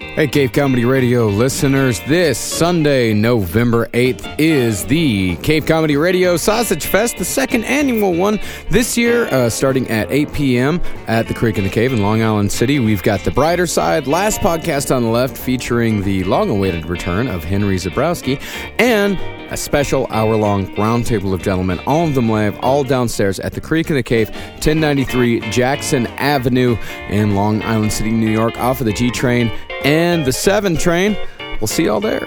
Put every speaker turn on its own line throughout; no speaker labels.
Hey, Cave Comedy Radio listeners, this Sunday, November 8th, is the Cave Comedy Radio Sausage Fest, the second annual one this year, uh, starting at 8 p.m. at the Creek in the Cave in Long Island City. We've got The Brighter Side, Last Podcast on the Left, featuring the long awaited return of Henry Zabrowski, and a special hour long roundtable of gentlemen, all of them live, all downstairs at the Creek in the Cave, 1093 Jackson Avenue in Long Island City, New York, off of the G train and the 7 train. We'll see y'all there.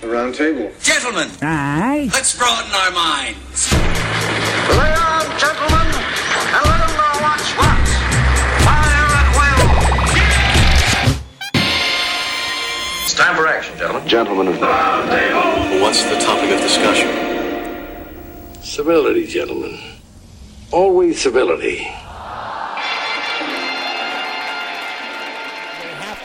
The round table.
Gentlemen, let's broaden our minds.
Lay on, gentlemen, and let 'em know what's what. Fire at will. It's time for action, gentlemen.
Gentlemen of the.
What's the topic of discussion?
Civility, gentlemen. Always civility.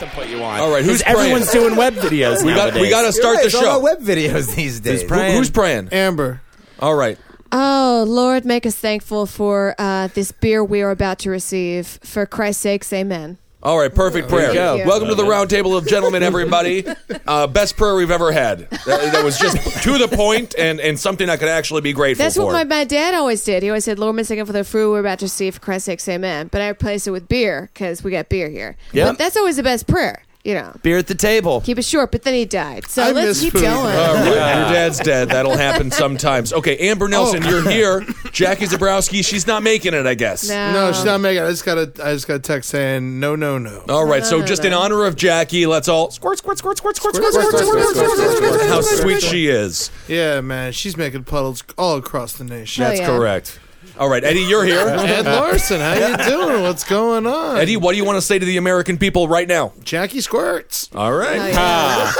All right, who's praying?
Everyone's doing web videos
we got we got to start the show.
web videos these days.
Who- who's praying?
Amber.
All right.
Oh, Lord, make us thankful for uh, this beer we are about to receive. For Christ's sakes, amen.
All right, perfect prayer.
you go.
Welcome to the round table of gentlemen, everybody. Uh, best prayer we've ever had. That, that was just to the point and, and something I could actually be grateful
That's
for.
what my, my dad always did. He always said, Lord, make us thankful for the fruit we're about to receive. For Christ's sakes, amen. But I replaced it with beer because we got beer here.
Yeah.
But that's always the best prayer, you know.
Beer at the table.
Keep it short, but then he died. So
I
let's
miss
keep
food. Uh,
going.
All right, Your dad's dead. That'll happen sometimes. Okay, Amber Nelson, you're here. Jackie Zabrowski, she's not making it, I guess.
no.
No, she's not making. it. I just got a. I just got a text saying no, no, no.
Oh.
All right, so
no,
just
no.
in honor of Jackie, let's all squirt, squirt, squirt, squirt, squirt, squirt, squirt, squirt,
squirt, squirt,
squirt,
squirt,
squirt,
squirt,
How
squirt,
sweet
squirt.
she is.
Yeah, man, she's making puddles all across the nation.
Oh,
That's
yeah.
correct. All right, Eddie, you're here.
Ed Larson, how you doing? What's going on?
Eddie, what do you want to say to the American people right now?
Jackie squirts.
All right.
Oh, yeah.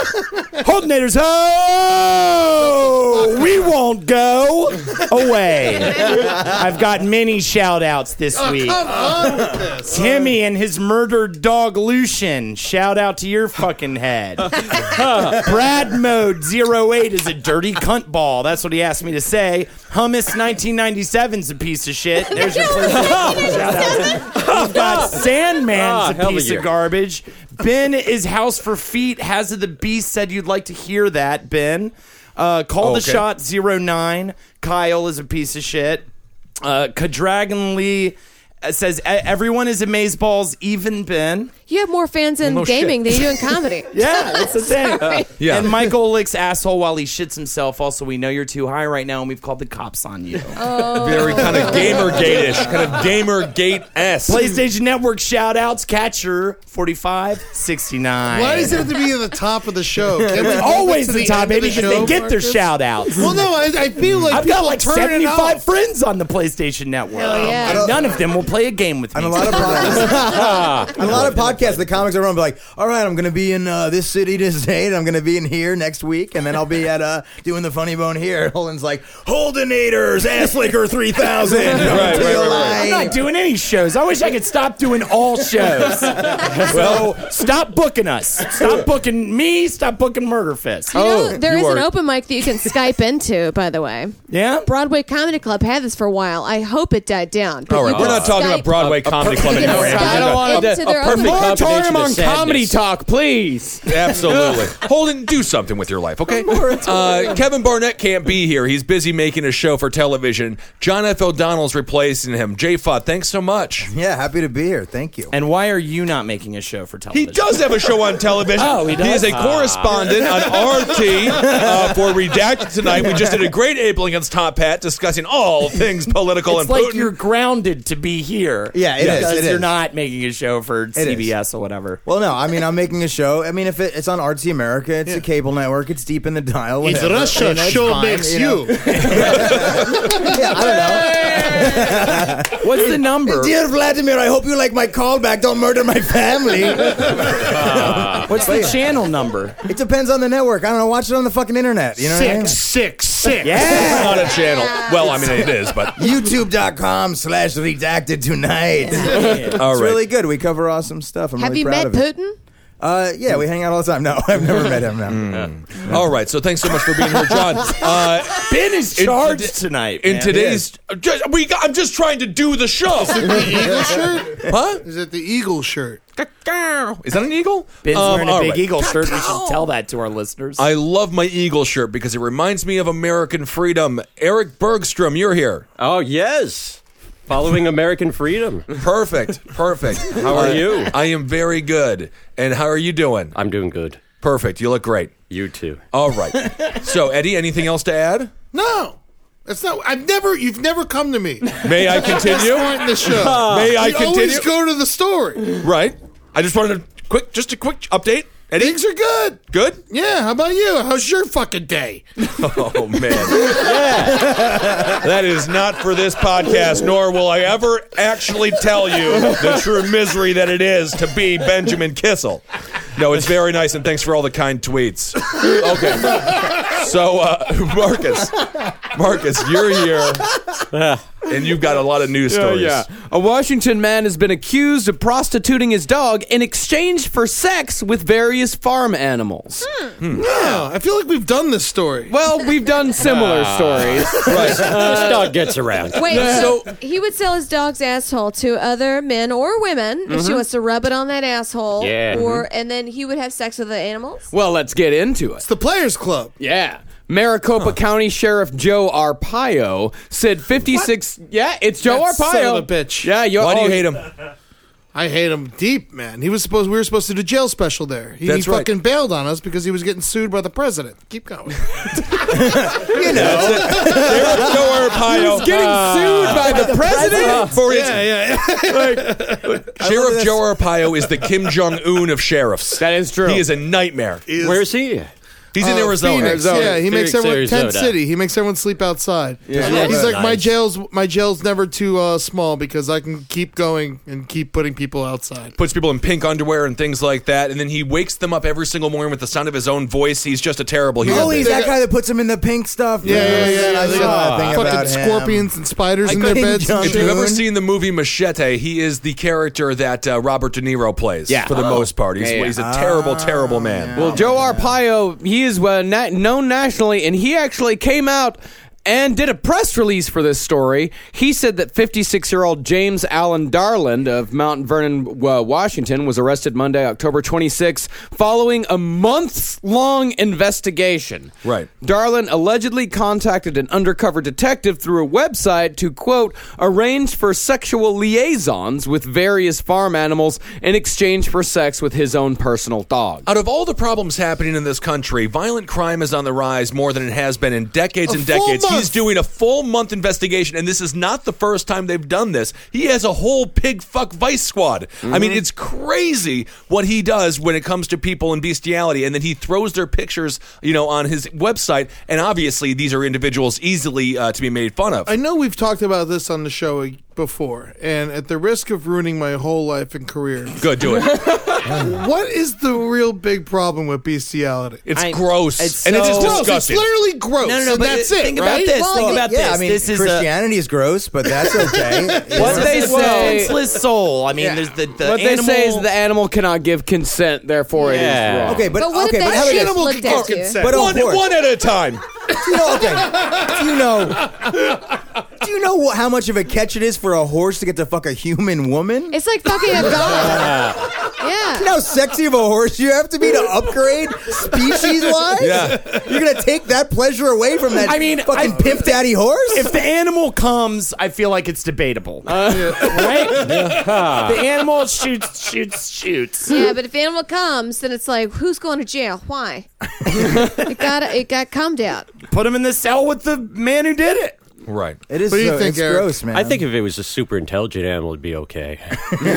Holdenators, ho! We won't go away. I've got many shout outs this week.
Oh, Come on with this.
Timmy and his murdered dog Lucian. Shout out to your fucking head. Huh. Brad Mode 08 is a dirty cunt ball. That's what he asked me to say. Hummus 1997's a piece of shit. There's your first shout out. We've got
Ah,
Sandman's a
hell
piece
yeah.
of garbage. Ben is house for feet. Has of the Beast said you'd like to hear that, Ben. Uh, call the
Okay.
shot 09. Kyle is a piece of shit. Uh, Kadragon Lee uh, says "E- everyone is amazeballs, even Ben.
You have more fans in gaming than you do in comedy.
Yeah, that's the thing.
Yeah.
And Michael licks asshole while he shits himself. Also, we know you're too high right now, and we've called the cops on you.
Very
Oh,
kind of Gamergate-ish, kind of Gamergate-esque.
PlayStation Network shout outs, catcher 45, 69.
Why does it have to be at the top of the show? Can we
Always
get to
the top,
end of
baby,
the
because they
show,
get their
Marcus?
shout outs.
Well, no, I, I feel like
I've got
people
like
turn it
75
off.
friends on the PlayStation Network.
Hell yeah.
And none of them will play a game with me.
On a lot of podcasts, on a lot of podcasts, the comics are on be like, "All right, I'm going to be in uh, this city this day, and I'm going to be in here next week, and then I'll be at uh, doing the funny bone here." And Holden's like, "Holdenators, ass licker, three thousand,
right, right, right.
I'm not doing any shows. I wish I could stop doing all shows. so stop booking us. Stop booking me. Stop booking Murder Fist.
Oh,
You know, there
you
is an
are-
open mic that you can Skype into, by the way.
Yeah.
Broadway Comedy Club had this for a while. I hope it died down. But
All right,
you
we're
can
not talking about
Skype-
Broadway Comedy Club
You can
anymore.
Skype
Amber.
I don't want
into
to- a
their open
perfect
mic.
company.
Moratorium
combination
on
of sadness.
comedy talk, please. Absolutely. Holden, do something with your life, okay? Uh, Kevin Barnett can't be here. He's busy making a show for television. John F. O'Donnell's replacing him. J. Fudd, thanks so much.
Yeah, happy to be here. Thank you.
And why are you not making a show for
He
television?
does have a show on television.
Oh, he does?
is a
Ah.
correspondent on RT uh, for Redacted tonight. We just did a great April against Top Hat discussing all things political
It's
and
like
Putin.
you're grounded to be here.
Yeah, it
because
is, it
you're
is.
not making a show for CBS or whatever.
Well, no, I mean, I'm making a show. I mean, if it, it's on Artsy America, it's a cable network. It's deep in the dial.
It's
whatever.
Russia.
You know, it's
show
fine,
makes
you. know.
you.
yeah, I don't know.
What's the number?
Dear Vladimir, I hope you like my callback. Don't murder my family.
What's the channel number?
it depends on the network. I don't know. Watch it on the fucking internet. You know what I mean?
Six, six, six.
Yeah.
not a channel. Well, I mean, it is, but.
YouTube.com slash redacted tonight.
All
It's
right.
really good. We cover awesome stuff. I'm
Have
really
you
proud
met
of it.
Putin?
Uh, yeah, we hang out all the time. No, I've never met him. No.
Mm. All right, so thanks so much for being here, John. Uh,
ben is charged tonight.
In
man.
today's, just, we got, I'm just trying to do the show.
Is it the eagle shirt?
Huh?
Is it the eagle shirt?
Is that an eagle?
Ben's
Um,
wearing a
all
big
right.
eagle shirt. We should tell that to our listeners.
I love my eagle shirt because it reminds me of American freedom. Eric Bergstrom, you're here.
Oh yes, following American freedom.
Perfect, perfect.
How are you?
I am very good. And how are you doing? I'm doing good. Perfect. You look great.
You too.
All right. so, Eddie, anything else to add?
No. That's not. I've never. You've never come to me.
May I continue?
That's not in the show.
May I
You Always
continue?
go to the Uh, story.
Right. I just wanted a quick, just a quick update. Eddie,
things are good.
Good.
Yeah. How about you? How's your fucking day?
Oh man, that is not for this podcast. Nor will I ever actually tell you the true misery that it is to be Benjamin Kissel. No, it's very nice, and thanks for all the kind tweets. Okay, so uh, Marcus, Marcus, you're here, and you've got a lot of news
Oh,
stories.
A Washington man has been accused of prostituting his dog in exchange for sex with various farm animals.
No, I feel like we've done this story.
Well, we've done similar
Ah.
stories.
Right. This dog gets around.
Wait, he would sell his dog's asshole to other men or women if she
Mhm.
wants to rub it on that asshole.
Yeah.
Or and then he would have sex with the animals.
Well, let's get into it. It's
the Players Club.
Yeah. Maricopa County Sheriff Joe Arpaio said 56. Yeah, it's Joe
That
Arpaio.
son of a bitch.
Yeah, yo-
Why do you
oh,
hate him? I hate him deep, man. He was supposed. We were supposed to do jail special there. He,
That's
he
right.
fucking bailed on us because he was getting sued by the president. Keep going. you
know. There's Joe Arpaio.
He was getting sued by
the president? For his-
yeah, yeah.
Sheriff Joe Arpaio is the Kim Jong Un of sheriffs. That
is true.
He is a nightmare. Where is he? He's in
Uh,
Arizona.
Phoenix, Yeah, he makes everyone Tent City. He makes everyone sleep outside.
Yeah.
He's
Yeah.
like my
Nice.
jail's my jail's never too uh, small because I can keep going and keep putting people outside.
Puts people in pink underwear and things like that, and then he wakes them up every single morning with the sound of his own voice. He's just a terrible human.
Oh, he's that guy that puts him in the pink stuff.
Yeah, yeah, yeah.
I
They
saw that
got
thing
fucking
about him.
scorpions and spiders in their
couldn't
beds. and
jump
If
shit.
you've ever seen the movie Machete, he is the character that uh, Robert De Niro plays.
Yeah.
for the
Oh.
most part, he's,
Yeah, yeah.
he's a terrible, terrible man.
Well, Joe Arpaio, he is well, na- known nationally, and he actually came out and did a press release for this story. He said that 56 year old James Allen Darland of Mount Vernon, uh, Washington, was arrested Monday, October 26, following a months long investigation.
Right.
Darlin allegedly contacted an undercover detective through a website to, quote, arrange for sexual liaisons with various farm animals in exchange for sex with his own personal dog.
Out of all the problems happening in this country, violent crime is on the rise more than it has been in decades and decades. He's doing a full month investigation, and this is not the first time they've done this. He has a whole pig fuck vice squad. I mean, it's crazy what he does when it comes to people and bestiality, and then he throws their pictures, you know, on his website. And obviously, these are individuals easily uh, to be made fun of.
I know we've talked about this on the show uh, before, and at the risk of ruining my whole life and career,
Good, do it.
what is the real big problem with bestiality?
It's I- gross. it's And it so- is disgusting.
It's literally gross.
No, no, no,
and
but
that's it.
think about
right?
this, Well, think about
yeah, this. I mean, This is a-
Christianity is gross, but that's okay.
What
Yeah.
they say,
defenseless
soul. I mean, there's the, the
what they
animal.
say is the animal cannot give consent, therefore it is wrong.
Okay, but, okay, but
how
how
about-
But
One-
on board.
one at a time.
Do you know, okay. Do you know? Do you know what, how much of a catch it is for a horse to get to fuck a human woman?
It's like fucking a dog. yeah.
Do you know how sexy of a horse you have to be to upgrade species wise?
Yeah.
You're gonna take that pleasure away from that.
I mean,
fucking
I-
pimp daddy horse.
If the animal comes, I feel like it's debatable, right? The animal shoots, shoots, shoots.
Yeah, but if animal comes, then it's like, who's going to jail? Why? it got it got cummed out.
Put him in the cell with the man who did it.
Right.
It is
What do you so- think, it's Eric? gross, man.
I think if it was a super intelligent animal, it'd be okay.
Why?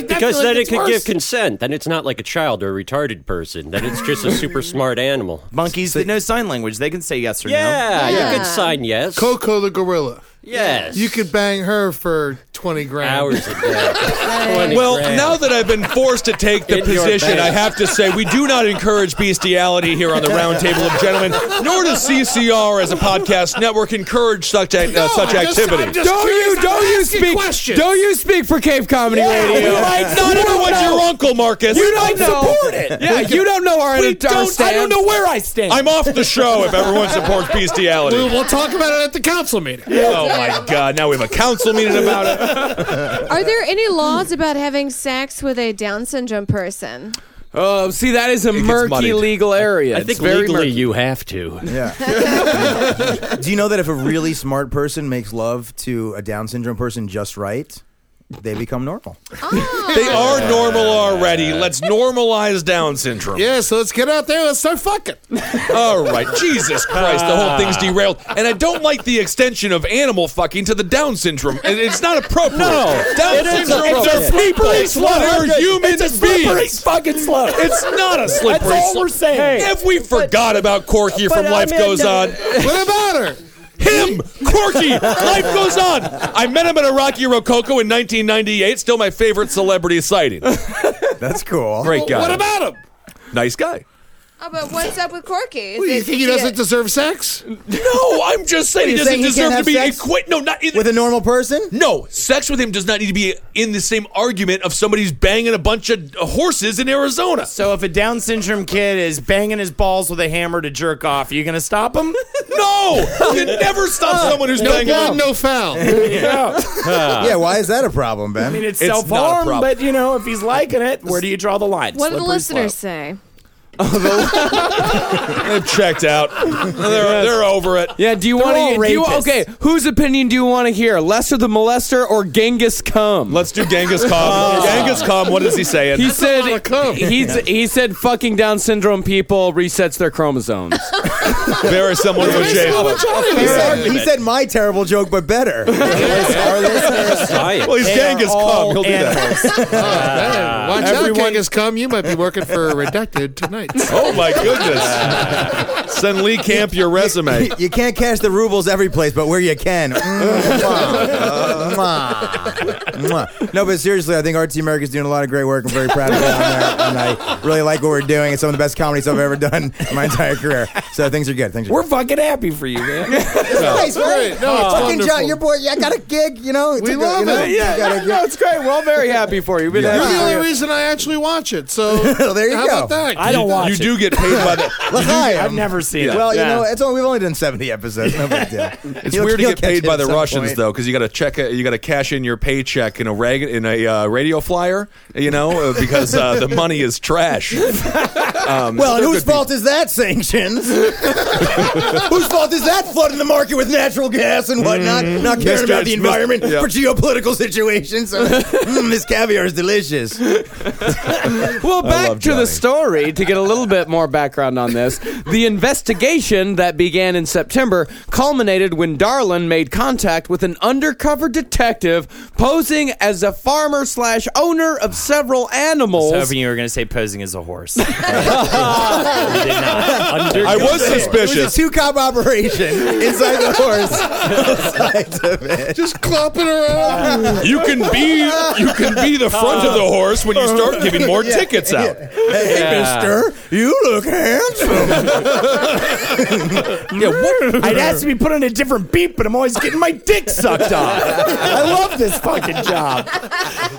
That
because
feels
then
like
it
it's
could
worse.
give consent. Then it's not like a child or a retarded person. Then it's just a super smart animal.
Monkeys that know sign language, they can say yes or
Yeah,
no.
you could sign yes.
Coco the gorilla.
Yes.
You could bang her for 20 grand.
Hours a day. 20
well,
grand.
now that I've been forced to take the
In your
position,
face.
I have to say we do not encourage bestiality here on the Round Table of Gentlemen, nor does CCR as a podcast network encourage such act uh, such
I'm just- I'm
activity.
just Don't curious. you- don't I'm you asking speak- questions. don't you speak for Cave Comedy Radio. You
Not
don't
everyone's
know.
your uncle, Marcus.
You We don't don't know. support it.
Yeah,
We don't know our-
we
our
don't- I don't
stance.
know where I stand. I'm off the show if everyone supports bestiality.
We'll, we'll talk about it at the council meeting.
Oh my God! Now we have a council meeting about it.
Are there any laws about having sex with a Down syndrome person?
Oh, see, that is a murky
muddied.
legal area.
I
It's
think
very
legally
murky.
you have to.
Yeah. Do you know that if a really smart person makes love to a Down syndrome person just right, they become normal?
They are normal already. Let's normalize Down syndrome.
Yeah, so let's get out there. Let's start fucking.
All right, Jesus Christ, the whole thing's derailed, and I don't like the extension of animal fucking to the Down syndrome. It- It's not appropriate.
No,
Down
it is
syndrome's
appropriate.
are people.
Slippery slope.
They're human
It's a slippery
beings.
fucking slope.
It's not a
That's
slippery.
all
slope.
we're saying.
If we forgot about Corky
but
from
I
Life
meant
Goes
no-
On,
what about her?
Him, Corky, life goes on. I met him at a Rocky Rococo in 1998. Still my favorite celebrity sighting.
That's cool.
Great guy.
What about him?
Nice guy.
Oh, but what's up with Corky?
You think he doesn't deserve sex?
No, I'm just saying he
You're
doesn't
saying he
deserve
can't
to
have
be
sex
equi- No, not in-
with a normal person.
No, sex with him does not need to be in the same argument of somebody's banging a bunch of horses in Arizona.
So if a Down syndrome kid is banging his balls with a hammer to jerk off, you gonna stop him?
no, you can never stop someone who's
no
banging.
blood, no foul.
yeah.
yeah, why is that a problem, Ben?
I mean, it's,
It's not a
self harm,
problem.
but you know, if he's liking it, where do you draw the line?
What do the
Slippery
listeners
slope.
say?
They've checked out. They're, they're over it.
Yeah, do you
They're
want
all
to?
rapists.
Okay, whose opinion do you want to hear? Lester the molester or Genghis Cum?
Let's do Genghis Khan. Genghis Khan. What is he saying?
He
lot of
said
cum.
he's, he said fucking Down syndrome people resets their chromosomes.
Very similar to Jay.
he, said, he said my terrible joke, but better. Our listeners-
Science.
Well, he's
They are
Genghis
all
Khan. He'll do that.
Man, watch out, King has come. You might be working for Redacted tonight.
Oh my goodness! Send Lee Camp your resume.
you can't cash the rubles every place, but where you can. Mm, Uh, Mwah. Mwah. no, but seriously, I think RT America's doing a lot of great work. I'm very proud of it. uh, And I really like what we're doing. It's some of the best comedy stuff I've ever done in my entire career. So things are good. Things are
We're fucking happy for you, man.
good. Nice,
right? great. No, it's Fucking
fucking
wonderful. John, your
your boy. Yeah, I got a gig. You know,
We a- you love know, it. you
Yeah,
no, it's great. We're all very happy for you. We've been
Oh, Yeah.
You're
happy
the
for
only
you.
reason I actually watch it. So
there you
how
go.
about that?
I don't watch
You
it.
do get paid by the.
I've never seen it.
Well,
Um, Yeah.
you know, it's only, we've only done 70 episodes. No big deal.
It's weird to get paid by the Russians though, because you got to check, you got to cash in your paycheck in a rag, in a uh, radio flyer, you know, uh, because uh, the money is trash. Um,
Well, and whose fault is that sanctions? whose fault is that flooding the market with natural gas and whatnot? Not caring
Misjudgment.
about the environment
Mm-hmm. Yeah.
for geopolitical situations. So, mm, this caviar is delicious.
Well,
love
back to
Johnny.
the story to get a little bit more background on this. The investigation that began in September culminated when Darlin made contact with an undercover detective posing as a farmer slash owner of several
I was
animals.
hoping you were going to say posing as a horse. You did not. Under-
I was
It was
suspicious.
a two-cop operation inside the horse. Outside of it.
Just clopping around.
You can be, you can be the front of the horse when you start giving more
Yeah.
tickets out.
Hey,
Uh, Yeah.
mister, you look handsome.
Yeah, what?
I'd asked to be put on a different beat, but I'm always getting my dick sucked off. I love this fucking job.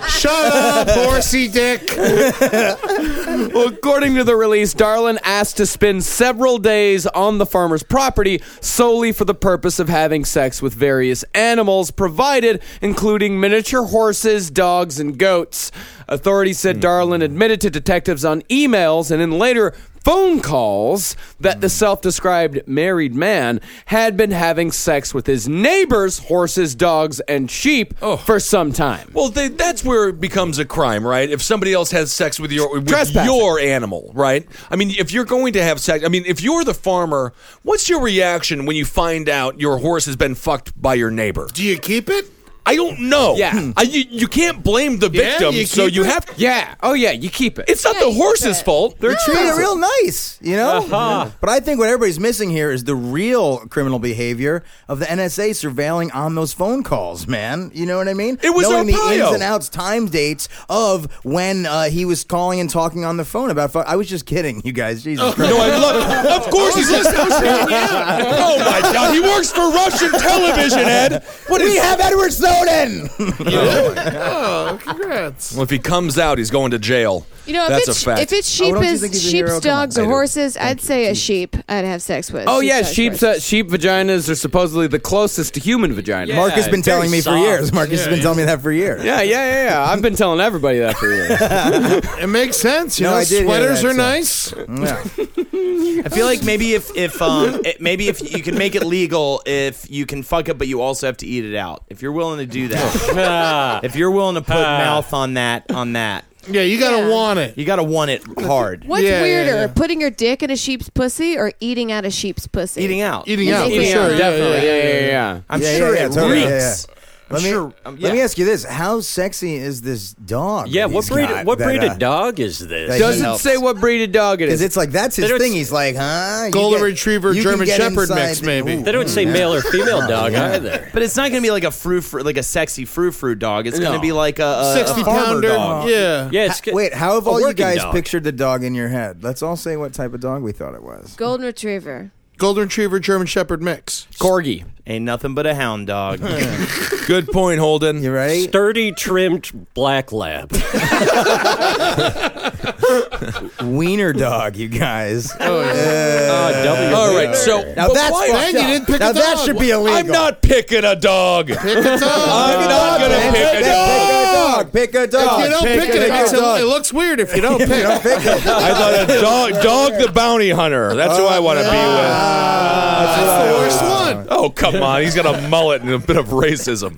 Shut up, horsey dick.
Well, according to the release, Darlin asked to spend several days on the farmer's property solely for the purpose of having sex with various animals provided, including miniature horses, dogs, and goats. Authorities said Darlin admitted to detectives on emails and in later phone calls that the self described married man had been having sex with his neighbors, horses, dogs, and sheep for some time.
Well, they, that's where it becomes a crime, right? If somebody else has sex with your with
Trespassing.
your animal, right? I mean, if you're going to have sex, I mean, if you're the farmer, what's your reaction when you find out your horse has been fucked by your neighbor?
Do you keep it?
I don't know. Yeah, I, you, you can't blame the
Yeah,
victim,
you
so
keep
you
it.
have. Yeah.
Oh yeah, you keep it.
It's not the horse's fault.
They're treated real nice, you know.
Uh-huh.
But I think what everybody's missing here is the real criminal behavior of the NSA surveilling on those phone calls, man. You know what I mean?
It was
knowing the
Arpaio.
ins and outs, time dates of when uh, he was calling and talking on the phone about. Fu- I was just kidding, you guys. Jesus Christ.
Oh. No, I love it. Of course he's listening. Oh my God, he works for Russian television, Ed. What
we
is-
have Edward Snowden.
Oh, congrats.
Well, if he comes out, he's going to jail.
You know, if
that's
it's
a fact.
if it's
Oh,
sheep is sheep's, dogs, or
I do.
horses, I'd say a sheep. I'd have sex with.
Oh
Sheep's
yeah,
dogs,
sheep's uh, sheep vaginas are supposedly the closest to human vaginas.
Mark has been telling me for years. Mark has been telling me that for years.
Yeah, yeah, yeah, yeah. I've been telling everybody that for years.
it makes sense. You
No,
know,
I did hear
sweaters
that,
are
so- Mm-hmm.
nice.
I feel like maybe if if um it, maybe if you can make it legal if you can fuck it, but you also have to eat it out. If you're willing to do that, if you're willing to put mouth on that on that,
yeah, you gotta want it.
You gotta want it hard.
What's weirder, putting your dick in a sheep's pussy or eating out a sheep's pussy?
Eating out.
Eating out, for sure. Yeah,
Definitely. Uh, Yeah, yeah, yeah. yeah.
I'm
Yeah,
sure
yeah, yeah,
it
totally. Yeah,
reeks. Um,
yeah. Let me, let me ask you this: How sexy is this dog?
Yeah,
that
what
he's
breed?
got
what
that,
breed
uh,
of dog is this?
Doesn't Helps. say
what breed of dog it
Because it's like that's his
They don't
thing.
s-
He's like, huh? You
Golden
get-
Retriever,
you can
German
get
Shepherd
inside
mix,
the-
maybe.
Ooh.
They don't say male or female dog either.
But it's not going to be like a frou frou, like a sexy frou frou dog. It's going
No.
to be like a, a, a
60
farmer
pounder.
dog.
Yeah.
Yeah, it's
Ha- Wait, how have
a
all you
working
guys
dog.
pictured the dog in your head? Let's all say what type of dog we thought it was.
Golden retriever.
Golden Retriever, German Shepherd mix.
Corgi.
Ain't nothing but a hound dog.
Good point, Holden.
You ready?
sturdy, trimmed black lab.
Wiener dog, you guys.
Oh,
Uh, W.
All right, so
Now
but
that's
why-
fucked
you
up.
didn't pick
now
a
that
dog.
should be illegal.
I'm not picking a dog.
Pick a dog.
I'm not gonna
Man,
pick a
dog. Pick a dog.
If you don't pick, it, it, makes it, it looks weird if you don't pick.
don't pick it.
I thought a dog, dog the bounty hunter. That's who I want to be with.
Ah, Oh, that's
the
what I
worst
want.
one.
Oh come on, he's got a mullet and a bit of racism.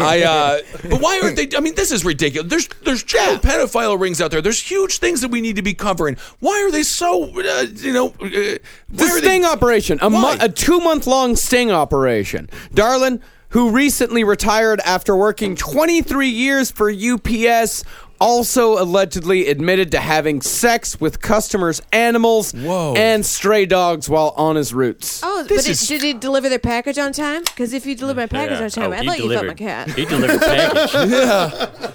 I. Uh, but why aren't they? I mean, this is ridiculous. There's there's child pedophile rings out there. There's huge things that we need to be covering. Why are they so? Uh, you know, uh, why
The
are
sting
they,
operation, a,
Why?
mo- a two month long sting operation. Darlin, who recently retired after working 23 years for UPS, also allegedly admitted to having sex with customers' animals
Whoa.
and stray dogs while on his routes.
Oh,
This
but it,
is-
did he deliver their package on time? Because if you deliver my package on time,
Oh,
I
he
thought you thought my
delivered-
cat.
He delivered package.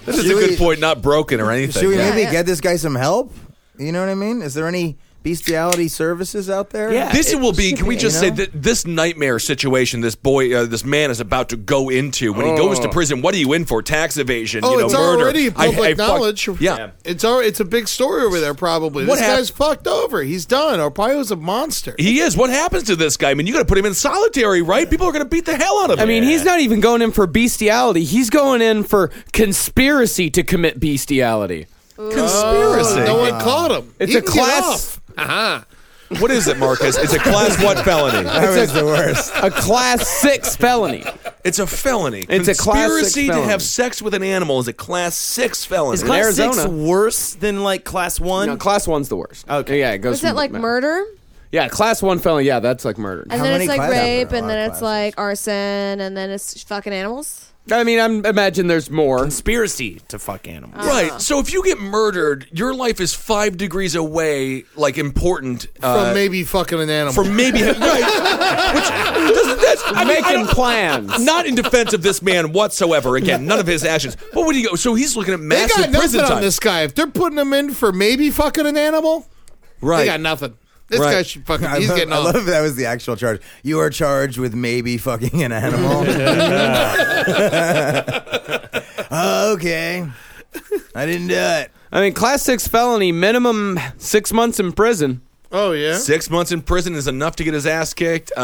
This is a
Should
good
we-
point. Not broken or anything.
Should we
Yeah,
maybe
yeah.
get this guy some help? You know what I mean? Is there any bestiality services out there?
Yeah.
this
it
will be. Can we
be,
just
you
say
know?
that this nightmare situation this boy, uh, this man is about to go into when he goes to prison? What are you in for? Tax evasion?
Oh,
you know,
it's
murder.
already
I- I
public
fuck-
knowledge.
yeah.
It's all, it's a big story over there. Probably
What
this
hap-
guy's fucked over. He's done. Arpaio's a monster.
He is. What happens to this guy? I mean, you got to put him in solitary, right? People are going to beat the hell out of him.
I mean, he's not even going in for bestiality. He's going in for conspiracy to commit bestiality.
conspiracy.
no one caught him.
It's
He
a
can get
class,
off. Uh-huh.
What is it, Marcus? It's a class what felony?
That was the worst.
a class six felony.
It's a felony.
It's a class six
conspiracy to
felony.
have sex with an animal is a class six felony.
Is class six
Arizona.
worse than like class one?
No, class one's the worst. Okay, yeah, it goes.
Was that
from-
like murder?
Yeah, class one felony. Yeah, that's like murder.
And
How
then
many
it's like
classes?
rape,
A lot
and then
of
it's like arson, and then it's fucking animals.
I mean, I'm imagine there's more.
Conspiracy to fuck animals.
Right. So if you get murdered, your life is five degrees away, like important
From
uh,
maybe fucking an animal.
from maybe right. Which doesn't that's I mean, I
Making
don't-
plans.
Not in defense of this man whatsoever. Again, none of his actions. But what do you go? So he's looking at
they
massive
got nothing
prison
on
time.
this guy. If they're putting him in for maybe fucking an animal,
right.
they got nothing. This
Right.
guy should fucking.
I
He's
love,
getting
I
off.
love that was the actual charge. You are charged with maybe fucking an animal. Oh, okay. I didn't do it.
I mean, class six felony, minimum six months in prison.
Oh yeah.
Six months in prison is enough to get his ass kicked uh,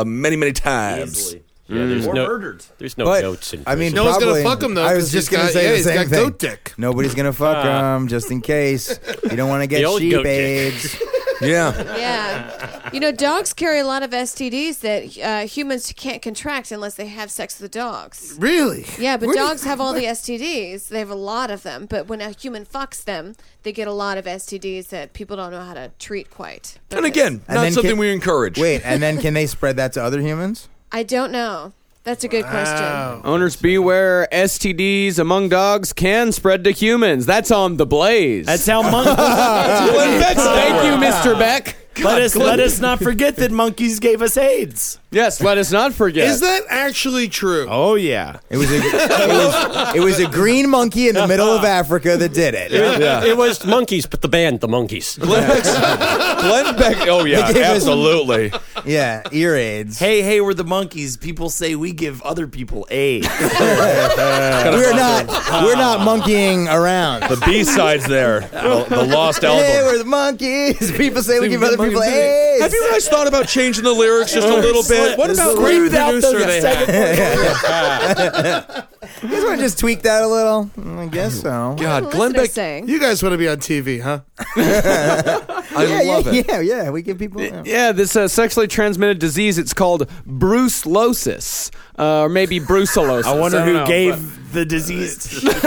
uh, many, many times.
Yeah, there's no There's no
But
goats in.
I mean,
No one's gonna
probably-
fuck him, though,
I
'cause
was just
he's
gonna
got-
say
yeah,
the
he's
same
got
thing.
goat dick.
Nobody's gonna fuck him, just in case. You don't want to get
old
sheep
goat dick.
AIDS.
Yeah.
Yeah, you know, dogs carry a lot of STDs that uh, humans can't contract unless they have sex with the dogs.
Really?
Yeah, but
Where do you-
dogs have all the STDs. They have a lot of them. But when a human fucks them, they get a lot of STDs that people don't know how to treat quite.
And again,
And
not
then
something
can-
we encourage.
Wait, and then can they spread that to other humans?
I don't know. That's a good question.
Owners beware, STDs among dogs can spread to humans. That's on the blaze. That's
how monkeys.
Thank you, Mr. Beck.
let
God,
us
good.
let us not forget that monkeys gave us AIDS.
Yes, let us not forget.
Is that actually true?
Oh yeah,
it was. A, it was, it was a green monkey in the middle of Africa that did it.
It, it was monkeys, but the band, the monkeys.
Glenn Beck. Oh
yeah, They gave us-
absolutely.
yeah, ear AIDS.
Hey, hey, we're the monkeys. People say we give other people AIDS.
uh,
we're not. We're not monkeying around.
The B side's there. The, the lost album.
Hey, we're the monkeys. People say we give other people AIDS.
Have you guys thought about changing the lyrics just a little bit? What about great
Screw that
producer
thing
they
a second
had?
You guys want to just tweak that a little? Mm, I guess so.
God, Glenn Beck. You guys want to be on TV, huh?
I
yeah,
love
yeah,
it.
Yeah, yeah. We give people. yeah.
Yeah, this uh, sexually transmitted disease, it's called brucellosis, uh, or maybe brucellosis.
I wonder
don't
who
know,
gave the disease.
but-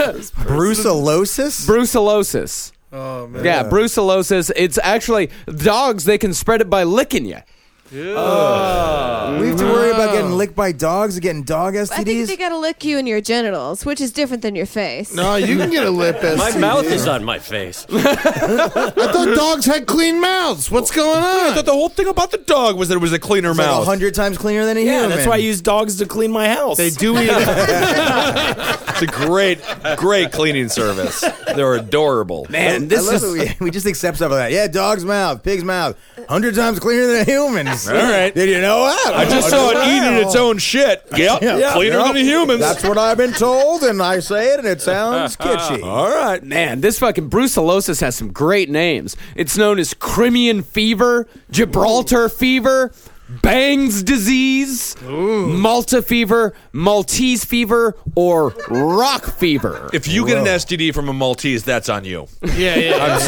Brucellosis?
Brucellosis.
Oh man.
Yeah, brucellosis. It's actually dogs, they can spread it by licking you.
We have to worry about getting licked by dogs and getting dog
I think
STDs.
they gotta lick you in your genitals, which is different than your face.
No, Oh, you can get a lip STD.
My mouth is on my face.
I thought dogs had clean mouths. What's going
I thought
on?
the whole thing about the dog was that it was a cleaner
It's like a
mouth.
hundred times cleaner than a
yeah,
human.
that's why I use dogs to clean my house.
They do eat.
it's a great, great cleaning service. They're adorable.
Man,
I love that we, we just accept stuff like that. Yeah, dog's mouth, pig's mouth, hundred times cleaner than a human's.
All right.
Did you know what?
I just saw it eating its own shit. Yep,
Yeah.
cleaner
Yep.
than a human's.
That's what I've been told, and I say it, and it sounds kitschy.
All right, man. This fucking brucellosis has some great names. It's known as Crimean fever, Gibraltar fever, Bangs disease, Malta fever, Maltese fever, or Rock fever.
if you get an STD from a Maltese, that's on you. Yeah, yeah. Ah. I'm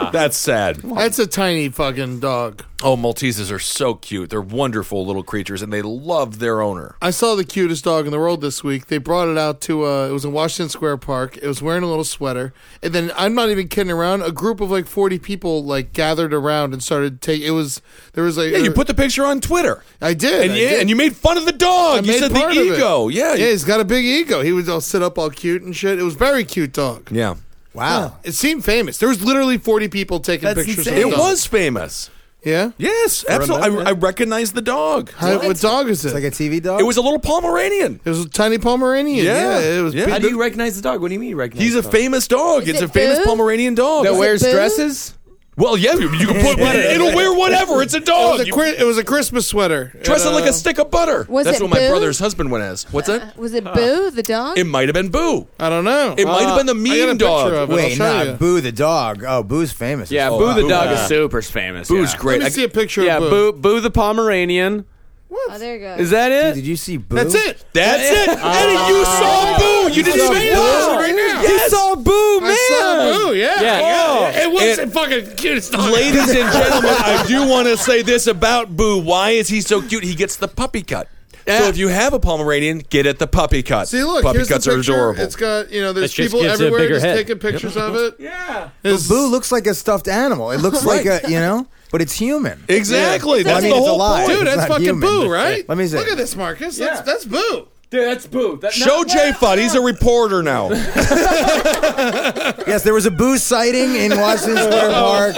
sorry. That's sad.
That's a tiny fucking dog.
Oh, Malteses are so cute. They're wonderful little creatures, and they love their owner.
I saw the cutest dog in the world this week. They brought it out to uh, it was in Washington Square Park. It was wearing a little sweater, and then I'm not even kidding around. A group of like 40 people like gathered around and started take. It was there was like
Yeah, you put the picture on Twitter,
I did
and
I
yeah,
did.
and you made fun of the
I
dog. you
made
said the
part of it.
ego. Yeah,
yeah, he's got a big ego. He was all sit up all cute and shit. It was very cute dog.
yeah.
Wow.
It seemed famous. There was literally 40 people taking
That's
pictures.
insane.
Of
It
the dog.
was famous.
yeah.
Yes, absolutely. I, I recognize the dog.
How, what dog is it?
It's like a TV dog.
It was a little Pomeranian.
it was a tiny Pomeranian.
Yeah.
Yeah, it was.
Yeah.
big.
How do you
recognize the dog? What do you mean you recognize?
He's a famous dog.
Is
it's
it
a famous
Boo?
Pomeranian dog.
that
it
wears
Boo?
dresses.
well, yeah, you you can put it'll wear whatever. It's a
It was
dog.
a,
You
Chri- it was a Christmas sweater.
dress it
And,
like
uh,
a stick of butter.
Was
That's
it
what my
Boo? Uh.
brother's husband went as. What's that?
Was it Boo the dog?
It might have been Boo.
I don't know. Uh,
It might have been the
I got a
mean
picture
dog.
of it.
Wait,
I'll show
nah,
you.
Boo the dog. Oh, Boo's famous.
Yeah,
Oh,
Boo
wow.
the dog is super famous.
Boo's
yeah.
great.
Let me
I-
see a picture
Yeah,
of
Boo.
Boo.
Boo the Pomeranian.
oh, there you go.
Is that it?
Did you see Boo?
That's it.
That's it. Eddie, you saw Boo. You didn't
Uh, saw
say
Boo?
that.
Oh,
Right now.
You saw Boo, man.
I saw Boo, yeah.
Yeah.
It was
It-
a fucking cutest dog.
Ladies and gentlemen, I do want to say this about Boo. Why is he so cute? He gets the puppy cut. So
Yeah.
if you have a Pomeranian, get it the puppy cut.
See, look,
puppy
here's
cuts
the
are
picture.
adorable.
It's got, you know, there's
That just
people
gives it a
everywhere
bigger
just
head.
taking pictures of it. Yeah.
But Boo looks like a stuffed animal. It looks like a you know, but it's human.
exactly.
I
That's
mean,
the
it's
whole
alive.
point.
Dude,
It's
that's
not
fucking
human.
Boo, right?
Let me see.
Look at this, Marcus. That's, that's Boo.
Dude, that's Boo. That,
Show J Fudd. He's a reporter now.
Yes, there was a Boo sighting in Washington Square Park.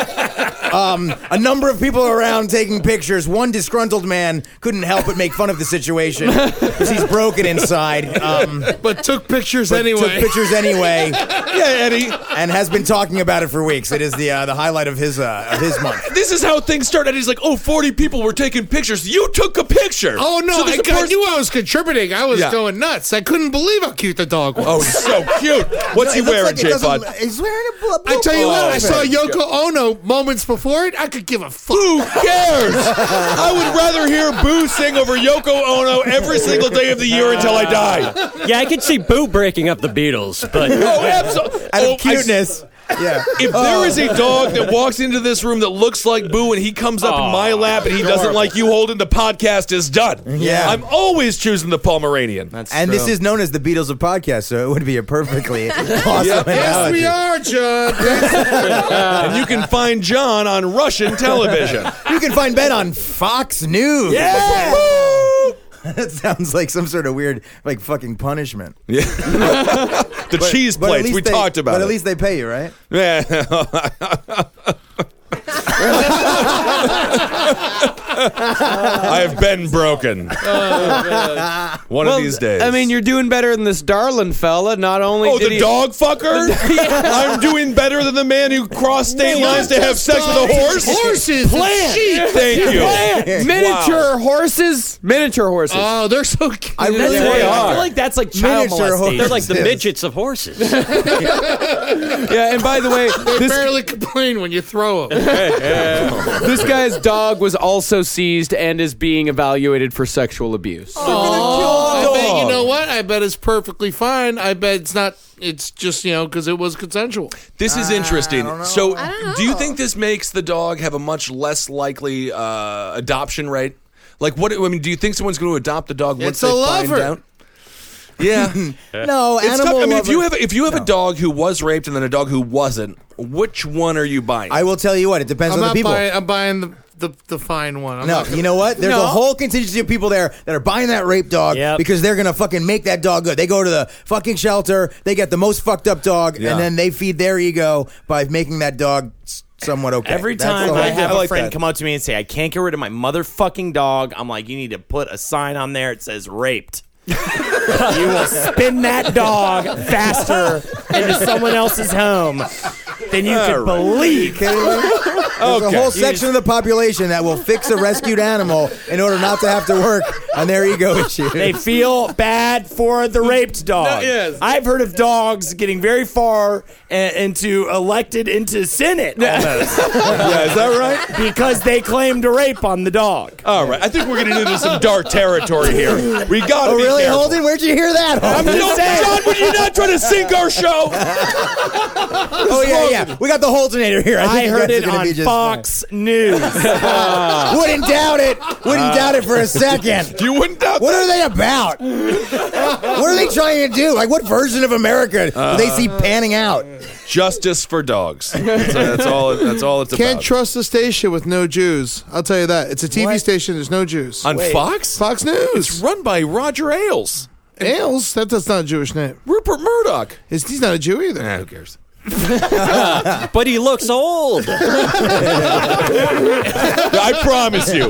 Um, a number of people around taking pictures. One disgruntled man couldn't help but make fun of the situation because he's broken inside. Um,
But took pictures
but
anyway.
took pictures anyway,
yeah, Eddie.
and has been talking about it for weeks. It is the uh, the highlight of his uh, of his month.
This is how things start. Eddie's like, oh, 40 people were taking pictures. You took a picture.
Oh, no.
So
I,
there's a
got-
person-
knew I was contributing. I was
Yeah.
going nuts. I couldn't believe how cute the dog was.
Oh, he's so cute.
No,
What's
it
he
looks
wearing,
like it
J Fudd?
doesn't- He's wearing a blue.
I oh, tell you what, I
outfit.
saw Yoko Ono moments before it. I could give a fuck.
Who cares? I would rather hear Boo sing over Yoko Ono every single day of the year until I die.
yeah, I could see Boo breaking up the Beatles, but
Oh, absolutely.
out of cuteness. Oh. yeah.
If there is a dog that walks into this room that looks like Boo and he comes up in my lap and he doesn't like you holding the podcast is done.
Yeah.
I'm always choosing the Pomeranian.
And this is known as the Beatles of podcasts, so it would be a perfectly awesome
Yes,
analogy.
we are, John.
and you can find John on Russian television.
You can find Ben on Fox News.
Yeah.
that sounds like some sort of weird, like fucking punishment.
Yeah. the
But-
cheese
but at
plates.
least
We
they-
talked about
But
it.
at least they pay you, right?
yeah. I have been broken. One
Well,
of these days.
I mean, you're doing better than this darling fella. Not only
Oh,
did
the
he-
dog fucker!
Yeah.
I'm doing better than the man who crossed state
Not
lines to have
just
sex with a
dogs,
horse.
horses,
Plant.
sheep.
Thank you.
Plant.
Wow.
Miniature horses. Miniature horses.
Uh,
Oh, they're so cute.
I
That's
really
like- I
are.
feel like that's like child
Miniature
molestation. They're like
horses.
the midgets of horses.
Yeah, and by the way,
They
this
barely complain when you throw them.
this guy's dog was also seized and is being evaluated for sexual abuse.
Oh.
I bet, you
dog.
know what? I bet it's perfectly fine. I bet it's not. It's just you know because it was consensual.
This is interesting. So, do you think this makes the dog have a much less likely uh, adoption rate? Like, what? I mean, do you think someone's going to adopt the dog once
It's a
they find
lover.
out? Yeah.
No,
it's tough.
animal
I mean, if you have
lover-
if you have a dog who was raped and then a dog who wasn't, which one are you buying?
I will tell you what. It depends on
I'm
the
not
people.
buying. I'm buying the the, the fine one. I'm
no,
not gonna-
you know what? There's
No.
a whole contingency of people there that are buying that rape dog
Yep.
because they're gonna fucking make that dog good. They go to the fucking shelter, they get the most fucked up dog,
Yeah.
and then they feed their ego by making that dog s- somewhat okay.
Every
That's
time
the
I
whole
have
thing.
a friend come up to me and say, I can't get rid of my motherfucking dog, I'm like, you need to put a sign on there that says raped. you will spin that dog faster into someone else's home than you
All
could
right.
believe.
There's
Okay.
a whole
You
section of the population that will fix a rescued animal in order not to have to work on their ego issues.
They feel bad for the raped dog.
No, yes.
I've heard of dogs getting very far a- into elected into Senate almost.
yeah, is that right?
Because they claimed a rape on the dog.
All right, I think we're getting into some dark territory here. We got to
Oh,
be
really,
careful.
Holden? Where'd you hear that?
I'm
Holden?
just saying. John, would you not try to sink our show?
Oh yeah, yeah. We got the Holdenator here. I, think
I
you
heard
guys
it
are gonna
on
be just
Fox News. Ah.
fine. Wouldn't doubt it. Wouldn't doubt it for a second.
You wouldn't doubt.
What are they about? what are they trying to do? Like, what version of America
Uh-huh.
do they see panning out?
Justice for dogs. That's, that's all. That's all it's
Can't
about.
trust a station with no Jews. I'll tell you that. It's a TV station. There's no Jews
On Wait. Fox?
Fox News.
It's run by Roger Ailes. And
Ailes. That, that's not a Jewish name.
Rupert Murdoch.
Is he's not a Jew either?
who cares?
but he looks old.
I promise you.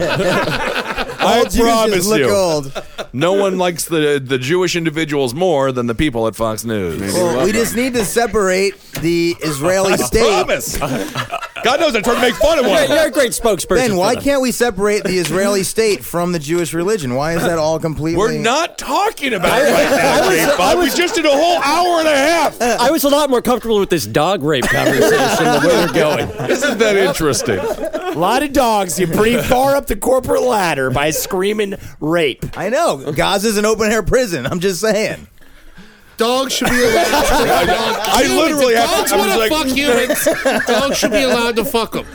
I
Jews
promise
just look
you.
old.
No one likes the the Jewish individuals more than the people at Fox News.
Well, we just need to separate the Israeli state.
promise. God knows I tried to make fun of
You're,
one.
you're a great spokesperson.
Ben, why
for them.
can't we separate the Israeli state from the Jewish religion? Why is that all completely?
We're not talking about it right now, Jake Bob. We just did a whole hour and a half.
I was a lot more comfortable with this dog rape conversation than where we're going.
Isn't that interesting?
A lot of dogs get pretty far up the corporate ladder by screaming rape.
I know Gaza's an open air prison. I'm just saying.
Dogs should be allowed. to
I literally have
dogs
to. I
want
was
to
like,
fuck humans. Dogs should be allowed to fuck them.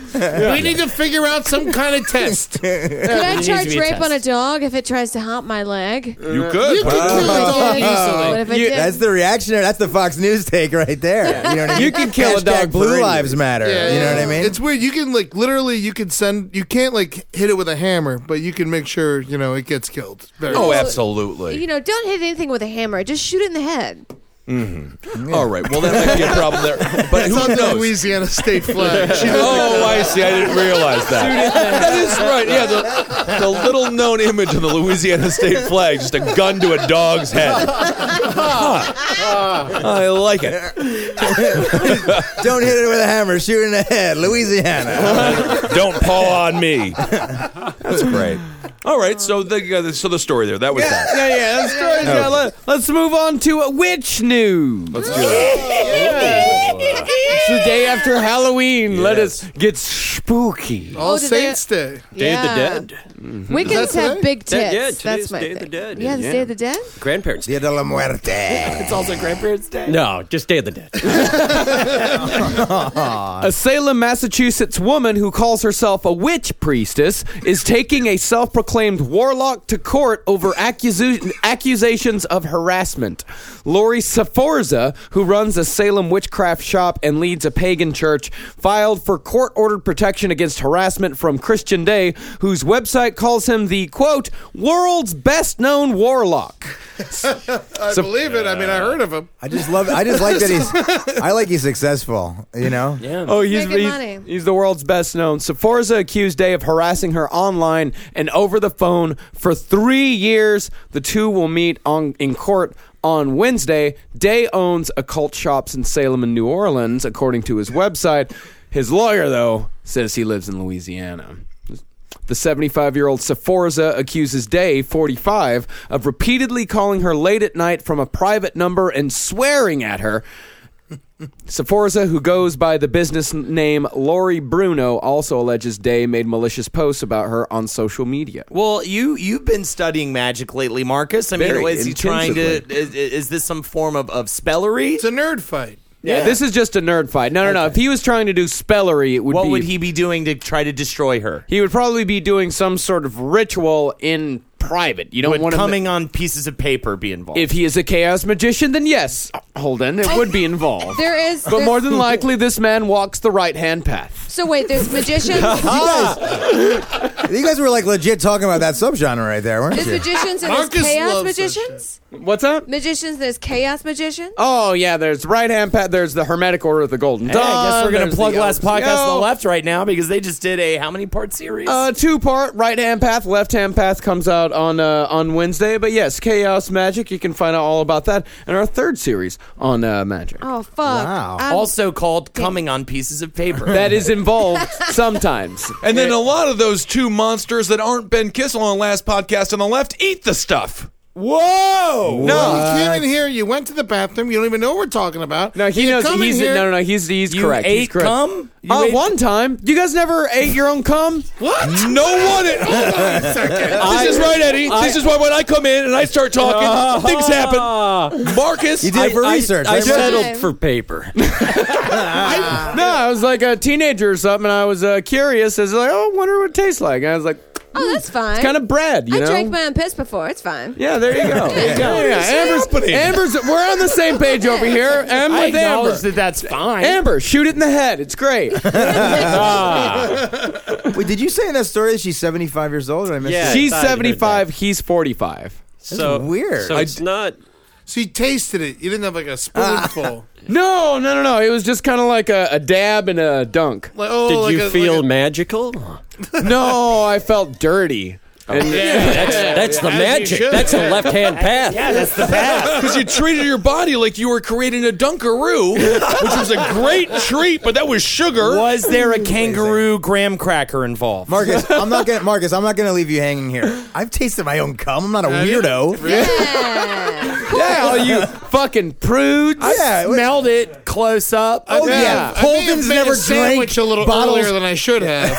We need to figure out some kind of test.
Could I
needs to
charge
be a
rape
test.
on a dog if it tries to hop my leg?
you could.
You can kill a dog easily.
What if it
You-
did?
That's the reactionary. That's the Fox News take right there. You know what I mean?
You can kill a
Hashtag
dog for
Blue
injury.
Lives Matter. You know what I mean?
It's weird. You can like literally, you can send. You can't like hit it with a hammer, but you can make sure you know it gets killed. Very
Oh,
well.
absolutely.
you know, don't hit anything with a hammer. Just shoot it in the head.
All right. Well, that might be a problem there. But
it's
who
on the
knows?
Louisiana state flag. She doesn't
Oh, I see. I didn't realize that. That is right. Yeah, the, the little known image of the Louisiana state flag, just a gun to a dog's head. Huh. I like it.
Don't hit it with a hammer. Shoot in the head. Louisiana.
Don't paw on me. That's great. All right, so the uh, so the story there. That was that.
yeah, yeah. That's crazy.
Okay.
Yeah, let, us move on to uh, witch news.
Let's do it.
It's the day after Halloween. Let us get spooky.
All
Oh, did they-
Saints Day.
Day
yeah.
of the Dead.
Wiccans
That's
have
right.
big tits.
That- yeah,
That's
today's
my
Day of
thing.
the Dead,
Yeah, it's
yeah.
Day of the Dead.
Grandparents.
Dia de la Muerte.
It's also grandparents' day.
No, just Day of the Dead.
A Salem, Massachusetts woman who calls herself a witch priestess is taking a self proclaimed warlock to court over accusu- accusations of harassment. Lori Saforza, who runs a Salem witchcraft shop and leads a pagan church, filed for court ordered protection against harassment from Christian Day, whose website Website calls him the quote world's best known warlock.
I believe it. I mean, I heard of him.
I just love. I just like that he's. I like he's successful. You know.
Yeah. Oh, he's,
Making
he's,
money.
he's the world's best known. Sephorza accused Day of harassing her online and over the phone for three years. The two will meet on in court on Wednesday. Day owns occult shops in Salem and New Orleans, according to his website. His lawyer, though, says he lives in Louisiana. The 75 year old Sephorza accuses Day, 45, of repeatedly calling her late at night from a private number and swearing at her. Sephorza, who goes by the business name Lori Bruno, also alleges Day made malicious posts about her on social media.
Well, you you've been studying magic lately, Marcus. I mean,
Very
was he trying to?
intensively.
Is, is this some form of, of spellery? It's
a nerd fight.
Yeah, this is just a nerd fight. No, no, no. If he was trying to do spellery, it would
What
be.
would he be doing to try to destroy her?
He would probably be doing some sort of ritual in private. You don't
Would
want him
coming on pieces of paper be involved?
If he is a chaos magician, then yes, Holden, it would be involved.
There is-
but more
there's-
than likely, this man walks the right hand path.
So wait, there's magicians.
You guys were like legit talking about that subgenre right there, weren't
There's
you?
magicians and there's
Marcus
chaos
loves
magicians.
What's up?
Magicians, and there's chaos magicians.
Oh yeah, there's right hand path. There's the Hermetic Order of the Golden
Hey,
Dawn.
I guess we're gonna
there's
plug
the
last podcast on
OCO.
the left right now because they just did a how many part series?
Uh, two part right hand path, left hand path comes out on uh, on Wednesday. But yes, Chaos Magic. You can find out all about that and our third series on uh, magic.
Oh fuck! I'm-
also called coming on pieces of paper.
That is involved sometimes.
And then a lot of those two monsters that aren't Ben Kissel on last podcast on the left eat the stuff.
Whoa! No,
What?
you came in here. You went to the bathroom. You don't even know what we're talking about.
No, he
You
knows.
come in
He's
here-
no, no, no. He's he's
You
correct. he's
ate
correct.
cum? You
Uh,
ate-
one time, you guys never ate your own cum.
What? No one. At- Hold on a second.
I-
this is right, Eddie.
I-
this is why when I come in and I start talking,
Ah.
things happen. Marcus,
You did it for
I- I-
research,
I
right, Marcus?
settled
Okay.
for paper.
Ah.
no, I was like a teenager or something, and I was uh, curious. I was like, oh, I wonder what it tastes like. And I was like,
oh, that's fine.
it's kind of bread, you
I
know.
drank my own piss before. It's fine.
yeah, there you go.
Yeah.
Yeah, yeah,
What is
Amber's,
happening?
Amber's, we're on the same page over here. And
I
with Amber.
acknowledge that that's fine.
Amber, shoot it in the head. It's great.
Wait, did you say in that story that she's 75 years old? Or did I miss that?
she's seventy-five. He's forty-five.
So- weird. so it's
not.
So you tasted it. You didn't have like a spoonful.
No, no, no, no. It was just kind of like a, a dab and a dunk.
Like- oh, Did like you a- like
feel a-
magical? no, I felt dirty. And-
Yeah, that's- that's the As you magic. should. That's the left-hand path. Yeah, that's the path.
Because you treated your body like you were creating a Dunkaroo, which was a great treat, but that was sugar.
Was there a
kangaroo
graham cracker involved?
Marcus, I'm not gonna Marcus, I'm not gonna leave you hanging here. I've tasted my own cum. I'm not a weirdo.
yeah, all you fucking prudes.
I Yeah, it was-
smelled it close up.
Oh, yeah.
I may have made a sandwich a little
bottles-
earlier than I should have.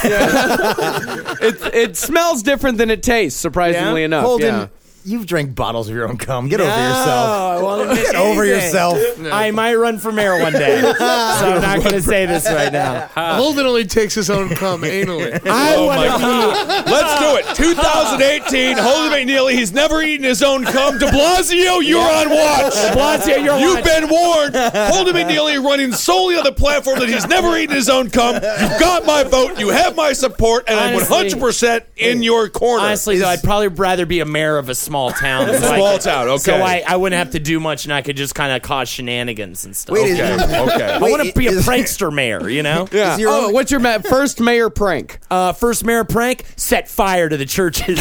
it, it smells different than it tastes, surprisingly enough.
Holden,
yeah.
you've drank bottles of your own cum. Get
No,
over
I
yourself.
won't
Get
admit
over
anything.
yourself.
I might run for mayor one day, so I'm not going to say this right now.
Holden only takes his own cum anally.
I
Oh
wanna
my God. Let's do it. 2018, Holden McNeely, he's never eaten his own cum. De Blasio, you're on watch.
De Blasio, you're on
You've
watch.
been warned. Holden McNeely running solely on the platform that he's never eaten his own cum. You've got my vote. You have my support, and I'm
Honestly-
100% in your corner.
Honestly, though, I'd probably rather be a mayor of a small town. so I
Small
could-
town, okay.
So I, I wouldn't have to do much, and I could just kind of cause shenanigans and stuff.
Wait, is- Okay, okay.
I
Wait,
want to be a
is-
prankster mayor, you know?
Yeah. oh, what's your ma- first mayor prank?
Uh, first mayor prank: set fire to the churches.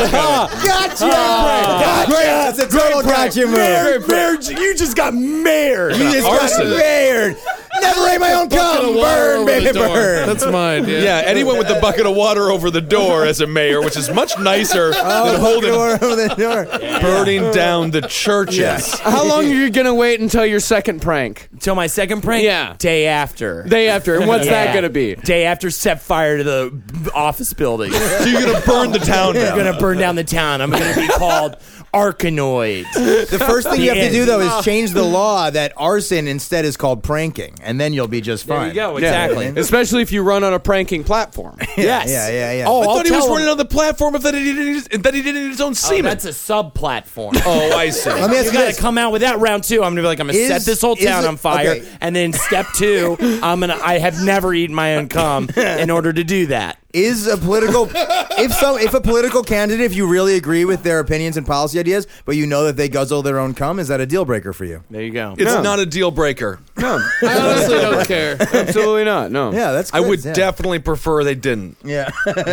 Gotcha!
Gotcha!
That's a total gotcha move.
Mayor, mayor, you just got mayor.
You just got weird. Never ate my own cum. Burn, baby, burn.
mine.
yeah.
Yeah, Eddie went with the bucket of water over the door as a mayor, which is much nicer
Oh,
than
hold
Holden
door over the door.
burning down the churches.
How long are you gonna wait until your second prank?
Till my second prank?
Yeah.
Day after.
Day after. And what's that
Yeah.
gonna be?
Day after, set fire to the b- office building.
So you're gonna burn the town down.
I'm gonna burn down the town. I'm gonna be called Arkanoid.
The first thing you have to
end.
do though is change the law that arson instead is called pranking, and then you'll be just
There
fine.
you go, exactly.
Especially if you run on a pranking platform.
Yes. Yeah, yeah, yeah.
Oh,
I
I'll
thought he was
tell him.
running on the platform of that he didn't his, that he didn't eat his own semen.
Oh, that's a sub platform.
Oh, I see.
Let me ask you gotta come out with that round two. I'm gonna be like, I'm gonna
Is-
set this whole
is
town
it-
on fire,
okay.
and then step two, I'm gonna. I have never eaten my own cum in order to do that.
Is a political if so if a political candidate if you really agree with their opinions and policy ideas, but you know that they guzzle their own cum, is that a deal breaker for you?
There you go.
It's not a deal breaker.
No,
I honestly don't care.
Absolutely not. No.
Yeah, that's
I
good,
would
yeah.
definitely prefer they didn't.
Yeah.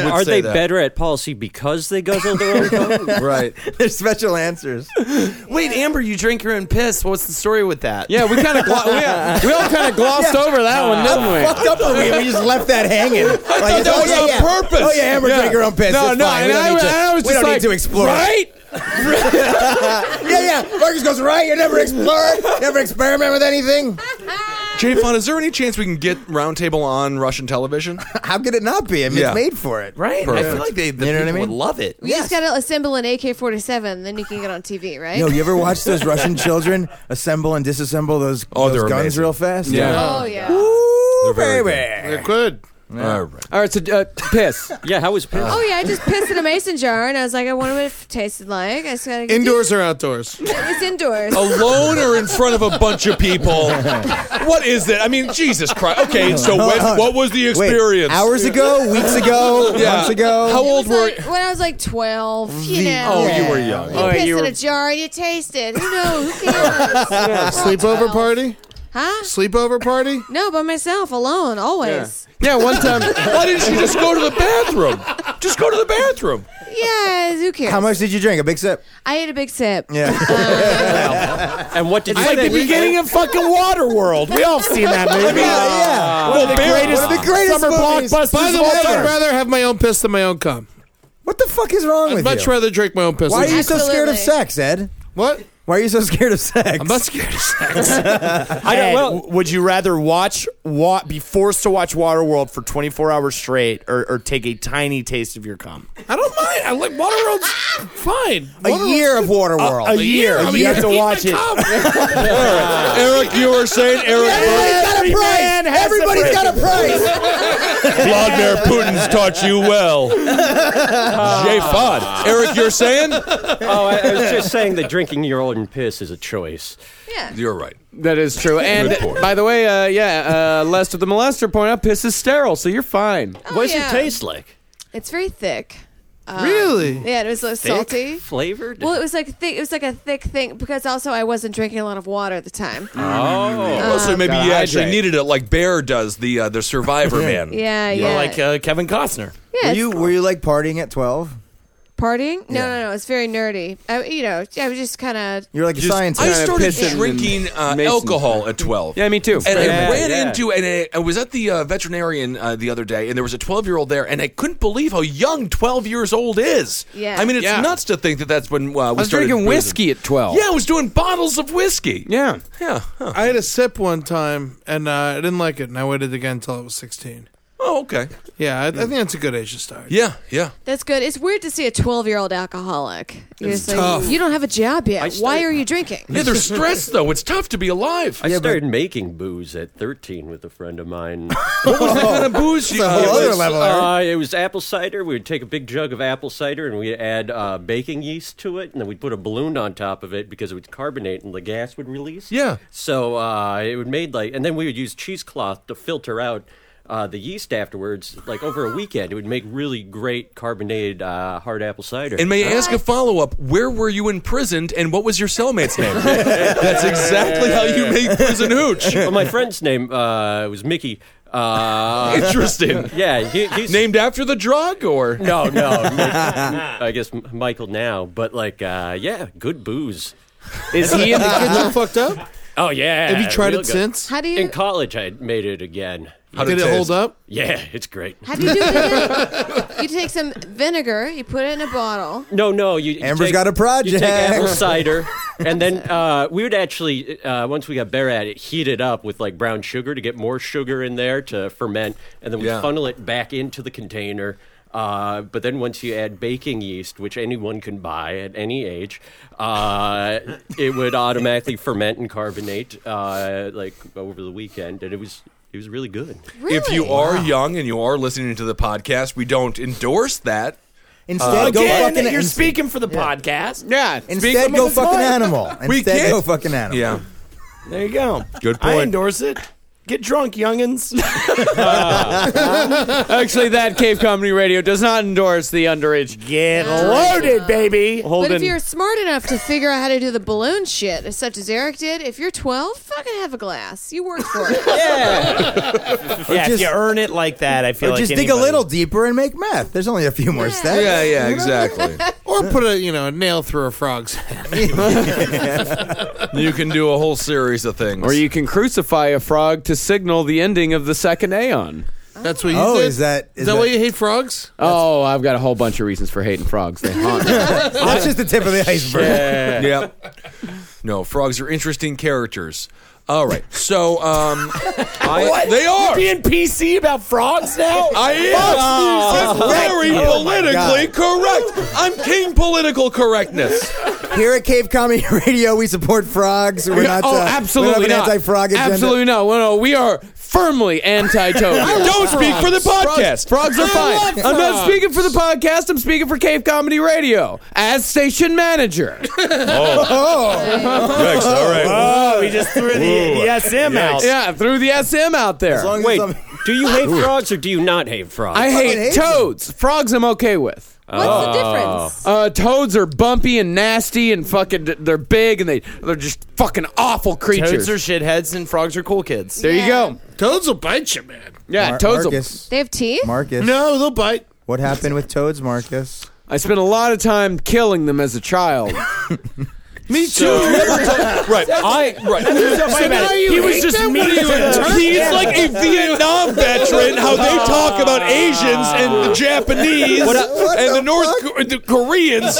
Are they better at policy because they guzzle their own cum?
right. There's special answers.
Wait, Amber, you drink your own piss. What's the story with that?
Yeah, we kinda glo- yeah, we all kinda glossed over that one, didn't we?
Fucked up over here. We just left that hanging. Like,
thought that
oh,
was
yeah,
on
yeah.
purpose.
Oh yeah, Amber,
Yeah.
drink your own piss.
No,
It's
no,
fine.
and
we don't
I-
need to,
and I was
we
just
don't
like,
need to explore. it.
right?
yeah, yeah. Marcus goes right. You never explore. Never experiment with anything.
Jay Fon, is there any chance we can get Roundtable on Russian television?
How could it not be? I mean,
Yeah.
it's made for it,
Right? I feel Perfect. like they- the
you know what I
people
mean?
would love it.
You just gotta assemble an AK-47, then you can get on TV, right?
Yo, you ever watch those Russian children assemble and disassemble those, those
Oh, they're
guns
amazing.
real fast?
Oh yeah.
Ooh,
very
baby.
They're good.
All right. All right. So uh, piss.
yeah. How was piss?
Oh yeah, I just pissed in a mason jar, and I was like, I wonder what it tasted like. I just gotta get
Indoors or outdoors?
It's indoors.
Oh,
Alone or in front of a bunch of people? What is that? I mean, Jesus Christ. Okay, so
Hold
when,
on.
what was the
Uh-huh. Wait,
experience?
hours ago, weeks ago,
Yeah.
months ago.
How old were?
Like, when I was like twelve, you
The-
know.
Oh, you were young.
You pissed in a jar and you taste it. Who knows? Who cares?
Sleepover party?
Huh?
Sleepover party?
No, by myself, alone, always.
Yeah, one time.
Why didn't you just go to the bathroom? Just go to the bathroom.
Yeah, who cares?
How much did you drink? A big sip.
I ate a big sip.
Yeah.
And what did you
It's like the
think?
beginning of fucking Waterworld. We all seen that movie.
yeah.
One of the
Barry-
greatest,
one of the greatest
summer
movies.
blockbusters
By the
of
way,
all
I'd
time.
rather have my own piss than my own cum.
what the fuck is wrong
I'd
with
much
you?
rather drink my own piss.
Why are
than-
you so scared of
Absolutely.
sex, Ed?
What?
Why are you so scared of sex?
I'm not scared of sex.
I
don't-
Ed,
well-
w- would you rather watch wa- be forced to watch Waterworld for 24 hours straight, or, or take a tiny taste of your cum?
I don't mind. I like Waterworld's fine.
a
Waterworld's
year of Waterworld.
A year.
I mean,
you have to
eat my
watch it.
Eric, you were saying Eric
Everybody's got
Every
a
man
price.
has a
Everybody's got a price.
Vladimir Putin's taught you well. Jay Fod. Eric, you're saying?
Oh, I, I was just saying that drinking your own piss is a choice.
Yeah.
You're right.
That is true. And
point.
by the way, uh, yeah, uh, Lester the molester pointed out piss is sterile, so you're fine.
Oh,
what does
yeah.
it taste like?
It's very thick. Um,
Really?
Yeah, it was so
Thick?
salty.
Flavored?
Well, it was like thick. It was like a thick thing because also I wasn't drinking a lot of water at the time.
oh.
so maybe
gotta
you actually
hydrate.
needed it like Bear does, the uh, the Survivor man.
Yeah,
Or
yeah.
like uh, Kevin Costner.
yeah,
Were
it's
you were you like partying at twelve?
partying? No, no, no. It's very nerdy. I, you know, I was just kind of.
You're like a
Just-
scientist.
I
Kinda
started
pissing
drinking
and
uh,
Mason's
alcohol at 12.
Yeah, me too.
And
Yeah,
I ran
yeah.
into, and I, I was at the uh, veterinarian uh, the other day, and there was a 12 year old there, and I couldn't believe how young 12 years old is.
Yeah.
I mean, it's
Yeah.
nuts to think that that's when uh, we
I was
started
drinking
boozing.
whiskey at 12.
Yeah, I was doing bottles of whiskey.
Yeah.
Yeah. Huh.
I had a sip one time and uh, I didn't like it, and I waited again until I was 16.
Oh, okay.
Yeah, I, I think that's a good age to start.
Yeah, yeah.
That's good. It's weird to see a 12 year old alcoholic. You're just like,
tough.
you don't have a job yet. Why are you drinking?
Yeah, they're stressed, though. It's tough to be alive.
I started making booze at 13 with a friend of mine.
What kind of booze you
a whole other level.
Uh, it was apple cider. We would take a big jug of apple cider and we'd add uh, baking yeast to it, and then we'd put a balloon on top of it because it would carbonate and the gas would release.
Yeah.
So uh, it would made like, and then we would use cheesecloth to filter out. Uh, the yeast afterwards, like over a weekend, it would make really great carbonated uh, hard apple cider. Uh,
And may I ask a follow up? Where were you imprisoned, and what was your cellmate's name? That's exactly how you make prison hooch.
well, my friend's name uh, was Mickey. Uh,
Interesting.
yeah, he, he's
Named after the drug, or
No, no. I guess M- Michael now, but like, uh, yeah, good booze.
Is he in
Uh,
the
Did you fucked up?
Oh yeah.
Have you tried
real
it
good.
since?
How do
In
you.
college, I made it again.
Did it
taste?
hold up?
Yeah, it's great.
How do you do it again? You take some vinegar, you put it in a bottle.
No, no. You, you
Amber's
take-
got a
You take apple
project.
cider, and then uh, we would actually uh, once we got better at it, heat it up with like brown sugar to get more sugar in there to ferment, and then we
Yeah.
would funnel it back into the container. Uh, but then once you add baking yeast, which anyone can buy at any age, uh, it would automatically ferment and carbonate uh, like over the weekend, and it was it was really good.
Really?
If you are young and you are listening to the podcast, we don't endorse that.
Instead, go
Again,
fucking.
you're
ins-
speaking for the podcast.
yeah.
Instead, go fucking animal.
We
Instead,
can't-
go fucking animal.
Yeah.
There you go.
Good
I
point.
endorse it. Get drunk, youngins.
Actually, that Cave Comedy Radio does not endorse the underage.
Get
loaded,
baby.
But if you're smart enough to figure out how to do the balloon shit, such as Eric did, if you're 12, fucking have a glass. You worked for it.
yeah, if you earn it like that, I feel
Or
like
just dig a
anybody-
little deeper and make meth. There's only a few more steps.
Yeah, yeah,
exactly.
or put a you know a nail through a frog's head.
you can do a whole series of things.
Or you can crucify a frog to signal the ending of the second Aeon.
That's what you
Oh,
did. is that, why you hate frogs?
Oh, I've got a whole bunch of reasons for hating frogs. They haunt. me.
That's just the tip of the iceberg.
Yeah.
yep. No, frogs are interesting characters. All right, so um, I,
What?
they are
You're being PC about frogs now.
I am.
Fuck you.
That's very
Oh my
politically
God.
correct. I'm king political correctness.
Here at Cave Comedy Radio, we support frogs. We're not.
oh,
uh,
absolutely
we don't have
not.
an anti-frog agenda.
Absolutely not. Well, no, we are firmly anti-toad.
I love
Don't speak for the
Frogs,
podcast.
frogs are
I
fine.
love
I'm not
frogs.
speaking for the podcast. I'm speaking for Cave Comedy Radio as station manager.
Oh,
Yikes, all right.
Oh, we just threw the, the SM out.
Yeah, threw the SM out there.
Wait, do you hate frogs or do you not hate frogs?
I hate toads. Frogs, I'm okay with.
What's
Ah.
the difference?
Uh, toads are bumpy and nasty and fucking. They're big and they they're just fucking awful creatures.
Toads are shitheads and frogs are cool kids.
there you go.
Toads will bite you, man.
Yeah,
Mar-
toads. Will,
Marcus.
They have teeth?
Marcus.
Oh,
No, they'll bite.
What happened with toads, Marcus?
I spent a lot of time killing them as a child.
Me too.
right. I right.
So now you
he was
hate
just
them?
mean
What are you, a
to-
Turk?
He's like a Vietnam veteran. How they talk about Asians and the Japanese
What I- what
and
the
the North Co- the Koreans.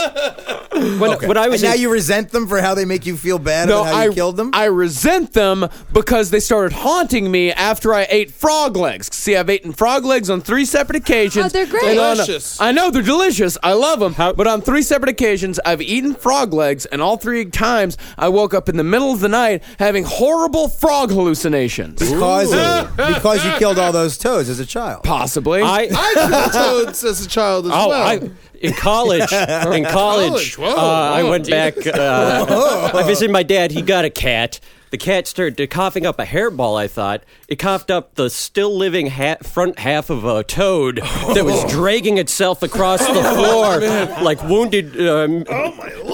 When, when I was
and now
in-
you resent them for how they make you feel bad
No,
about how
I
you killed them.
I resent them because they started haunting me after I ate frog legs. See, I've eaten frog legs on three separate occasions.
Oh, they're great.
And on a-
Delicious.
I know they're delicious. I love them. But on three separate occasions, I've eaten frog legs, and all three times I woke up in the middle of the night having horrible frog hallucinations.
Because of- because you killed all those toads as a child.
Possibly.
I
I had toads as a child as
Oh,
well.
I, in college, in college,
College,
uh,
whoa,
I
whoa,
went
dude.
back. Uh, I visited my dad. He got a cat. The cat started coughing up a hairball. I thought it coughed up the still living ha- front half of a toad that was dragging itself across the floor like wounded, um,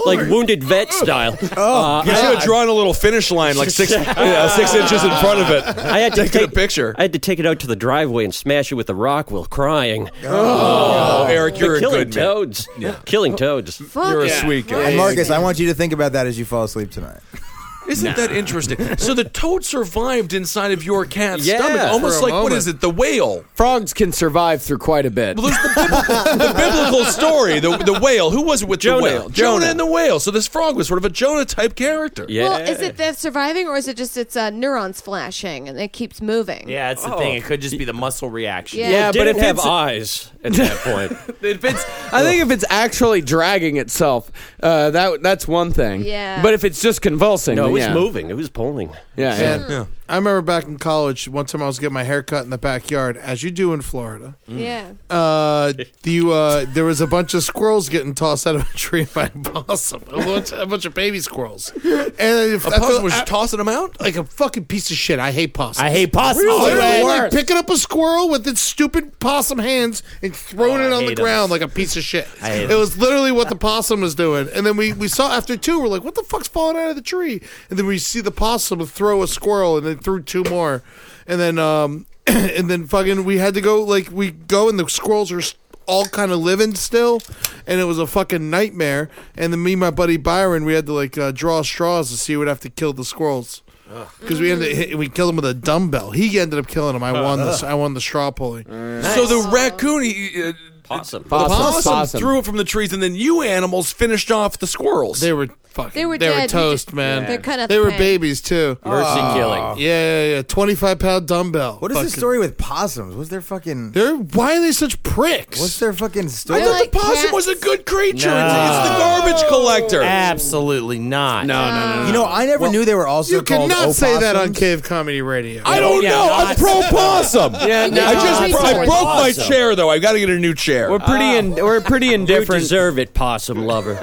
like wounded vet style. Oh,
You should have drawn a little finish line like six yeah, six inches in front of it.
I had to
Taking
take
a picture.
I had to take it out to the driveway and smash it with a rock while crying.
Oh, Eric,
But
you're a
killing
good man.
toads. Killing toads.
You're a
yeah.
sweet guy.
And Marcus, I want you to think about that as you fall asleep tonight.
Isn't that interesting? So the toad survived inside of your cat's
Yeah.
stomach, almost
For a
like what
moment.
is it? The whale.
Frogs can survive through quite a bit.
Well, there's the, bib- the biblical story, the the whale. Who was it with
Jonah.
the whale?
Jonah.
and the whale. So this frog was sort of a Jonah type character.
Yeah.
Well, is it that surviving or is it just its uh, neurons flashing and it keeps moving?
Yeah, that's the thing. It could just be the muscle reaction.
Yeah.
It
Yeah,
didn't
if
have
it's-
eyes at that point.
If it's, I think if it's actually dragging itself, uh, that that's one thing.
Yeah.
But if it's just convulsing,
no, it
then
was
yeah.
moving. It was pulling.
Yeah, yeah.
Hmm.
And I remember back in college, one time I was getting my hair cut in the backyard, as you do in Florida.
Yeah.
Uh, you, uh, there was a bunch of squirrels getting tossed out of a tree by a possum. A bunch, a bunch of baby squirrels. And if,
A
I
possum
feel-
was
I-
tossing them out.
like a fucking piece of shit. I hate possums.
I hate possums.
Literally,
They're the
like
worst.
picking up a squirrel with its stupid possum hands and throwing
Oh,
it
I
on the
hate 'em.
ground like a piece of shit.
I hate
It
'em.
was literally what the possum was doing. And then we, we saw after two, we're like, what the fuck's falling out of the tree? And then we see the possum throw a squirrel and then threw two more. And then um and then fucking we had to go like we go and the squirrels are s- all kind of living still, and it was a fucking nightmare. And then me, and my buddy Byron, we had to like uh, draw straws to see who would have to kill the squirrels because we ended we killed him with a dumbbell. He ended up killing him. I won this. I won the straw pulling.
So the raccoon, he, uh,
Possum.
the
Possum.
possum,
Possum.
threw it from the trees, and then you animals finished off the squirrels.
They were fucking.
They were dead. You
toast,
just-
man.
they're cut up
They were
thin.
babies too.
Mercy
Yeah,
killing.
yeah, yeah. Twenty five pound dumbbell.
What is the
Fucking-
story with possums? What's their fucking?
They're why are they such pricks?
What's their fucking
I
story?
thought
like
the possum
cats.
was a good creature.
No.
It's, it's the garbage collector.
Absolutely not.
No, no, no, no.
You know, I never knew they were also
you
called
cannot say that on
opossums.
Cave Comedy Radio.
I don't
Yeah,
know.
not-
I'm pro possum.
Yeah, no.
I just
Possum.
I broke my
Possum.
chair though. I got to get a new chair.
We're pretty in, we're pretty
You
indifferent.
deserve it, possum lover.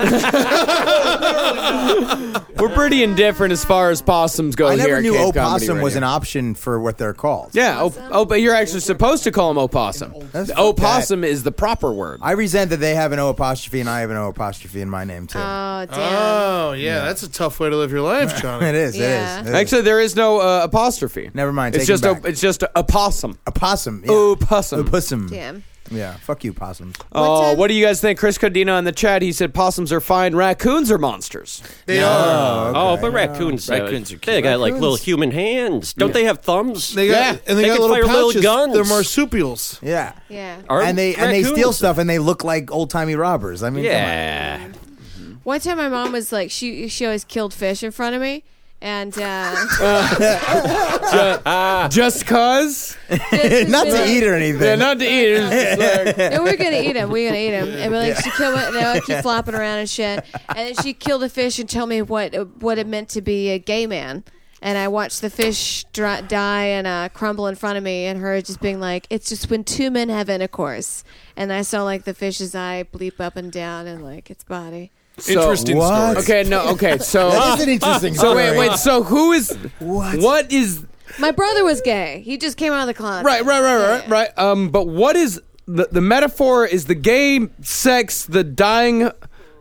We're pretty indifferent as far as possums go
I
here.
never
at
knew
Cave Comedy
opossum was
Radio.
an option for what they're called.
Yeah, op- oh, but you're actually supposed to call them opossum. The Opossum is the proper word.
I resent that they have an O apostrophe and I have an O apostrophe in my name too.
Oh, damn.
Oh, yeah, that's a tough way to live your life, Johnny.
It is, it Yeah. is, it is.
Actually, there is no uh, apostrophe.
Never mind.
It's
take 'em
just a,
back.
it's just a opossum.
Opossum. Yeah.
Opossum.
Opossum.
Damn.
Yeah. Fuck you, possums.
Oh, what do you guys think? Chris Codina in the chat, he said possums are fine, raccoons are monsters.
They
No.
are. Oh, but raccoons. uh,
Raccoons are cute.
They got like little
Raccoons.
human hands. Don't they have thumbs?
They got, and they, got
can
little
fire
pouches.
little guns.
They're marsupials.
Yeah.
Yeah.
Are
and they and they steal
raccoons-
stuff and they look like old timey robbers. I mean, come on.
Yeah.
One time, my mom was like, she she always killed fish in front of me, and uh,
just cause?
not to eat or anything.
Yeah, not to eat. It's just like-
and we're gonna eat him. We're gonna eat him. And we're like,
Yeah.
she killed it. And I keep flopping around and shit. And then she killed a fish and told me what what it meant to be a gay man. And I watched the fish dry, die and uh, crumble in front of me, and her just being like, "It's just when two men have intercourse." And I saw like the fish's eye bleep up and down, and like its body.
So-
Interesting story.
Okay, no, okay, so
That is an interesting
So wait,
story.
wait, so who is what? What is
My brother was gay. He just came out of the closet.
right, right, right, right, right? Um, but what is the the metaphor? Is the gay sex the dying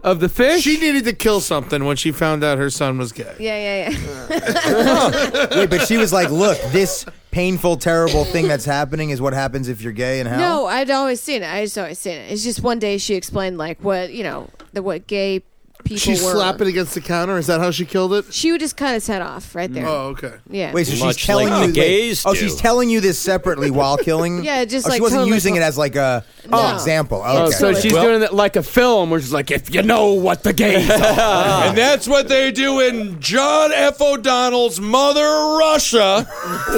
of the fish?
She needed to kill something when she found out her son was gay.
Yeah, yeah, yeah.
Wait, but she was like, "Look, this painful, terrible thing that's happening is what happens if you're gay in hell."
No, I'd always seen it. I just always seen it. It's just one day she explained like what you know the what gay people
She
were.
slapped it against the counter. Is that how she killed it?
She would just cut his head off right there.
Oh, okay.
Yeah.
Wait, so
Much
she's telling
like
you
the
wait,
gays
Oh,
do.
she's telling you this separately while killing.
Yeah, just
oh,
like
she wasn't
totally
using it
co-
as like a oh,
No.
example.
Oh,
Okay.
so she's doing it like a film, where she's like, if you
Oh,
know what the gays are.
and that's what they do in John F. O'Donnell's Mother Russia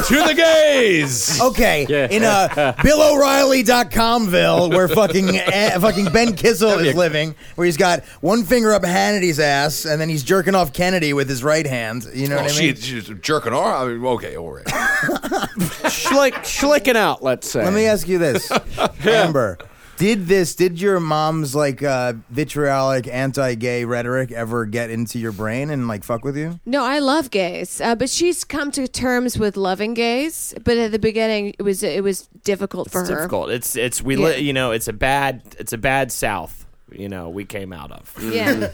to the gays.
Okay, in uh, BillO'Reilly.comville, where fucking eh, fucking Ben Kissel is living, where he's got one finger up Hannity's ass, and then he's jerking off Kennedy with his right hand. You know
Oh,
what I
she,
mean?
she's jerking off. I mean, okay, all right.
Schlick, schlicking out, let's say.
Let me ask you this, Amber. Did this? Did your mom's like uh, vitriolic anti-gay rhetoric ever get into your brain and like fuck with you?
No, I love gays, uh, but she's come to terms with loving gays. But at the beginning, it was it was difficult for
It's
her.
difficult. It's it's we
Yeah.
li- you know it's a bad it's a bad South. You know we came out of.
Yeah.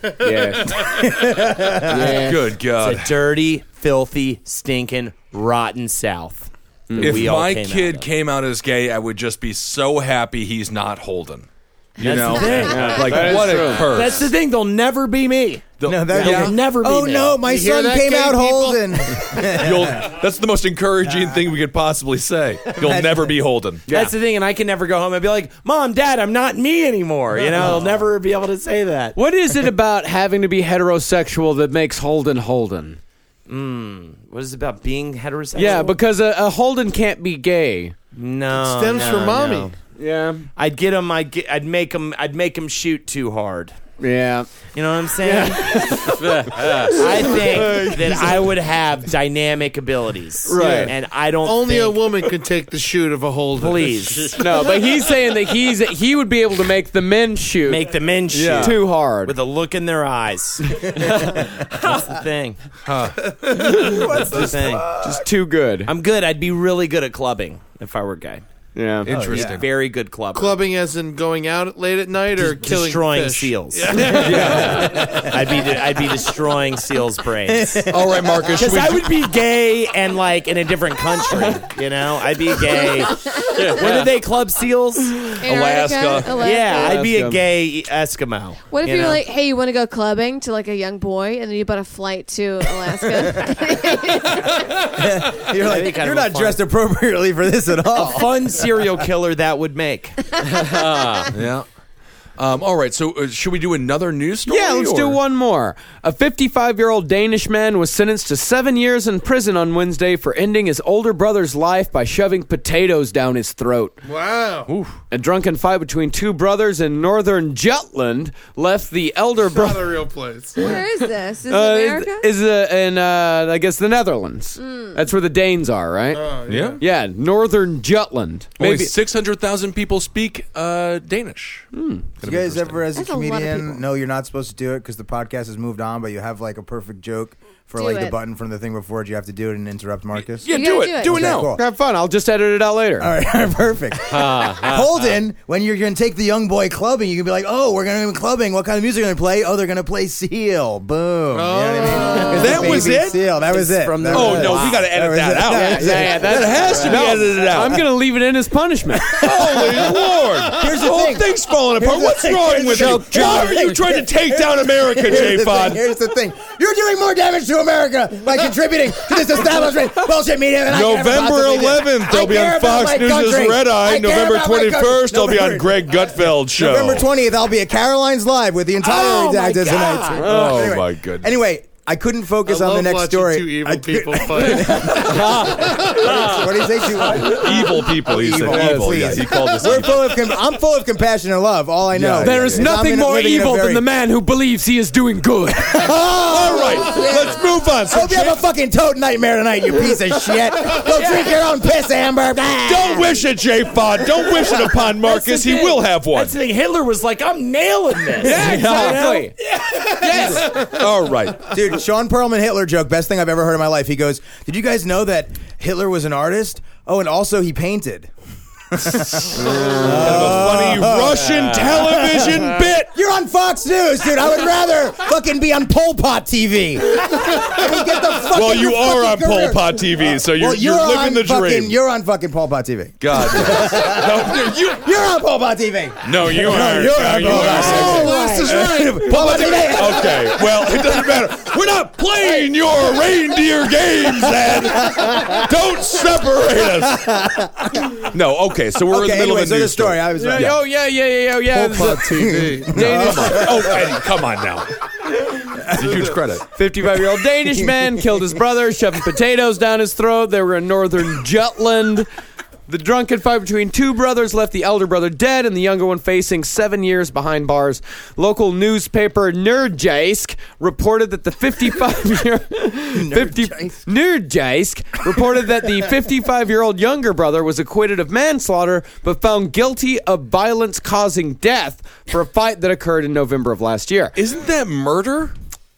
yeah.
Yeah. Good God.
It's a dirty, filthy, stinking, rotten South. that
If
we all
my
came out
kid
of.
came out as gay, I would just be so happy he's not Holden. You
That's
know,
the thing. Yeah,
like
that is
what a
true.
curse.
That's the thing. They'll never be me.
no,
that- They'll never be
Oh
me.
no, my
You hear
son
that,
came
gay
out
people?
Holden.
You'll, that's the most encouraging thing we could possibly say. You'll never be Holden.
That's the thing, and I can never go home and be like, "Mom, Dad, I'm not me anymore." You know, I'll never be able to say that.
What is it about having to be heterosexual that makes Holden Holden?
Mm, what is it about being heterosexual?
Yeah, because a, a Holden can't be gay.
No,
It stems
no,
from mommy.
no.
Yeah,
I'd get him. I'd get. I'd make him. I'd make him shoot too hard.
Yeah,
you know what I'm saying. I think that I would have dynamic abilities,
Right.
And I don't
Only
think-
a woman could take the shoot of a hold.
Please.
no, but he's saying that he's he would be able to make the men shoot,
make the men shoot
too hard
with a look in their eyes. That's the thing. That's the thing.
Just too good.
I'm good. I'd be really good at clubbing if I were gay.
Oh,
Yeah,
Interesting.
Very good clubber.
Clubbing as in going out late at night or killing
destroying
fish?
seals.
Yeah.
I'd be de- I'd be destroying seals' brains.
All right, Marcus,
Because
Oh, we-
I would be gay and like in a different country. You know, I'd be gay. Where do they club seals?
Alaska. Alaska.
Yeah, I'd be a
Alaska.
gay Eskimo.
What if you are
know?
like, hey, you want to go clubbing to like a young boy, and then you bought a flight to Alaska?
you're like, you're not dressed appropriately for this at all.
A fun serial killer that would make.
yeah. Um, all right, so uh, should we do another news story?
Yeah, let's
or-
do one more. A 55 year old Danish man was sentenced to seven years in prison on Wednesday for ending his older brother's life by shoving potatoes down his throat.
Wow.
A drunken fight between two brothers in northern Jutland left the elder
Not
brother.
a real place.
Where is this? Is it
Uh,
America?
is uh, in uh, I guess the Netherlands.
Hmm.
That's where the Danes are, right?
yeah.
yeah,
Oh,
northern Jutland.
Only 600,000 people speak uh, Danish. Gonna
You
them.
guys ever, as a
That's a lot of
comedian, know you're not supposed to do it because the podcast has moved on, but you have like a perfect joke for
Do
like the
it.
button from the thing before it. You have to do it and interrupt Marcus.
You gotta do it. Do it now.
Have fun. I'll just edit it out later. All right, perfect. Holden, when you're going to take the young boy clubbing, you can be like, "Oh, we're going to go clubbing. What kind of music are they going to play? Oh, they're going to play Seal. Boom. You know what I mean? It's the
Oh. That was
baby
it?
Seal. That was
It's
it.
from
That
the- Oh,
was
no,
it.
we gotta edit
was
that
it.
out.
was
Yeah,
it.
yeah, that has to be edited out.
I'm gonna leave it in as punishment.
Holy Lord!
Here's
the, whole thing's falling apart.
Here's the
What's
thing.
wrong
Here's
with
the
you?
thing.
Why are you trying to take down America,
Here's the
J.
thing.
Pod?
Here's the thing. You're doing more damage to America by contributing to this establishment bullshit media than
November
I can ever possibly do.
11th,
I
they'll be
care
on
about
Fox
my
News'
country.
Red
I
Eye.
care
November
about my country.
21st, they'll be on
November-
Greg Gutfeld show.
November 20th, I'll be at Caroline's Live with the entire
Oh, my
Redacted
God.
tonight.
Oh, my goodness.
Anyway, I couldn't focus
I
on the
love
next
watching
story.
Two evil
I cou-
people fight.
what do you say? Two what?
Evil people, he
Evil,
said. Evil,
please.
yes. He called us
We're
evil.
full of com- I'm full of compassion and love. All I know.
There is
I'm
nothing
in-
more
living in a
evil
very-
than the man who believes he is doing good.
All
right, let's move on.
I hope you have a fucking toad nightmare tonight, you piece of shit. Go drink your own piss, Amber.
Don't wish it, J. Pod. Don't wish it upon Marcus. He will have one.
That's the thing. Hitler was like, I'm nailing this.
Yeah, exactly.
You know?
All right.
Dude, Sean Perlman Hitler joke, best thing I've ever heard in my life. He goes, Did you guys know that Hitler was an artist? Oh, and also he painted.
Funny Russian television bit.
You're on Fox News, dude. I would rather fucking be on Pol Pot TV. I mean, get the fuck
Well,
out of
you
your
are on
fucking
Pol
career.
Pot TV, so you're,
Well,
you're, living
on
the
fucking,
dream.
You're on fucking Pol Pot TV.
God. No, you,
You're on Pol Pot TV.
no, you
No,
are.
you're
no,
on
you
Pol
are.
Pot
Oh,
TV.
Last is right.
Pol Pot TV.
Okay, well, it doesn't matter. We're not playing your reindeer games, Ed. Don't separate us. No, okay, so we're in the
Okay,
middle
anyway,
of a
so
news
the story. I was
Yeah,
right.
Oh yeah, yeah, yeah, yeah, yeah.
Pol
This is a
Pot TV.
Danish,
Oh, Eddie, come on now. It's a huge credit.
55-year-old Danish man killed his brother, shoving potatoes down his throat. They were in northern Jutland. The drunken fight between two brothers left the elder brother dead and the younger one facing seven years behind bars. Local newspaper Nerdjysk reported that the 55-year 50 Nerdjysk reported that the 55-year-old younger brother was acquitted of manslaughter but found guilty of violence causing death for a fight that occurred in November of last year
Isn't that murder?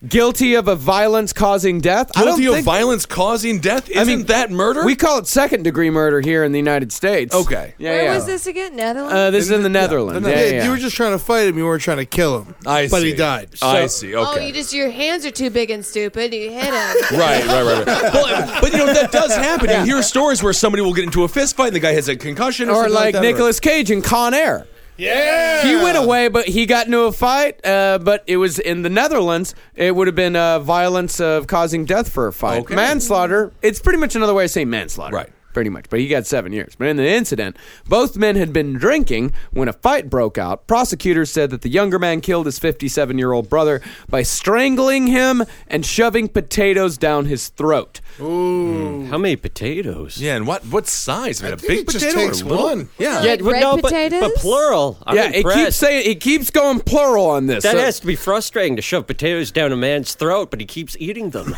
guilty of a violence causing death. I don't
Guilty of
think-
violence causing death? Isn't that murder?
We call it second degree murder here in the United States.
Okay.
Yeah,
Where
yeah.
was this again? Netherlands.
Uh, this is in the Netherlands. Yeah,
Yeah,
yeah,
You were just trying to fight him. You weren't trying to kill him.
I
but
see.
he died.
I
So-
see.
Oh,
Okay.
you just your hands are too big and stupid. You hit him.
Right, right, right. right. Well, but you know that does happen. You hear stories where somebody will get into a fist fight and the guy has a concussion, or,
or
something
like
that,
Nicolas Cage in Con Air.
Yeah,
He went away, but he got into a fight. Uh, but it was in the Netherlands. It would have been uh, violence of causing death for a fight.
Okay.
Manslaughter. It's pretty much another way of saying manslaughter.
Right.
Pretty much. But he got seven years. But in the incident, both men had been drinking when a fight broke out. Prosecutors said that the younger man killed his 57 year old brother by strangling him and shoving potatoes down his throat.
How many potatoes?
Yeah, and what what size? Man, a
I think
big
it just
potato
takes
or a little?
one.
Yeah.
Like red
no, but,
potatoes?
but plural. I'm
yeah,
impressed.
it keeps saying it keeps going plural on this.
That
So-
has to be frustrating to shove potatoes down a man's throat, but he keeps eating them.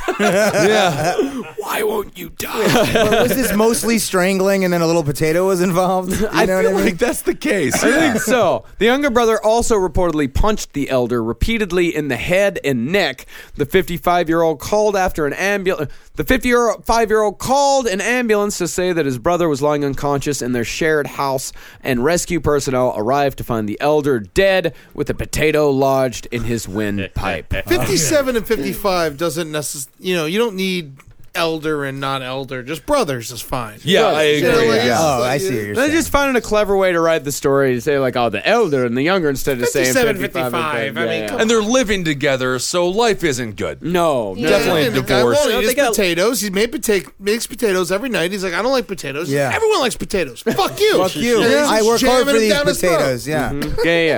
Why won't you die?
But was this mostly strangling and then a little potato was involved? You know
I
what
feel
I mean?
like that's the case.
I think so. The younger brother also reportedly punched the elder repeatedly in the head and neck. The 55-year-old called after an ambulance. The 55-year-old called an ambulance to say that his brother was lying unconscious in their shared house, and rescue personnel arrived to find the elder dead with a potato lodged in his windpipe.
57 and 55 doesn't necessarily, you know, you don't need elder and not elder. Just brothers is fine.
Yeah, I
You know,
agree.
like,
yeah.
it's
Oh,
like,
I see what
uh,
you're
They
saying.
just found a clever way to write the story to say like, oh, the elder and the younger instead of saying
57,
55.
55. I mean, come
And they're living together, so life isn't good.
No, no.
Definitely a
the guy
divorce.
won't eat
They
his
got-
potatoes. He made potato makes potatoes every night. He's like, I don't like potatoes.
Yeah.
Everyone likes potatoes. Fuck you.
Fuck you.
And he's just
I work hard
jamming
for
it
these
down his throat.
potatoes. Yeah.
Yeah, yeah.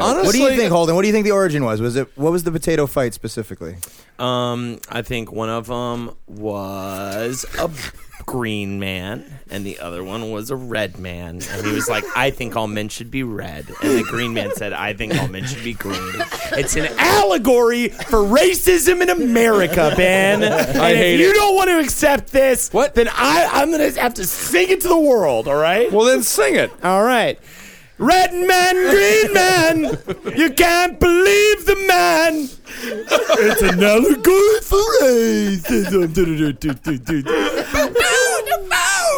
What do you
Honestly-
think, Holden? What do you think the origin was? Was it what was the potato fight specifically?
Um, I think one of them was a green man, and the other one was a red man. And he was like, "I think all men should be red," and the green man said, "I think all men should be green." It's an allegory for racism in America, Ben. And
I hate
if you
it.
don't want to accept this, what? Then I I'm gonna have to sing it to the world. All right.
Well, then sing it.
All right.
Red man, green man, you can't believe the man. It's another good for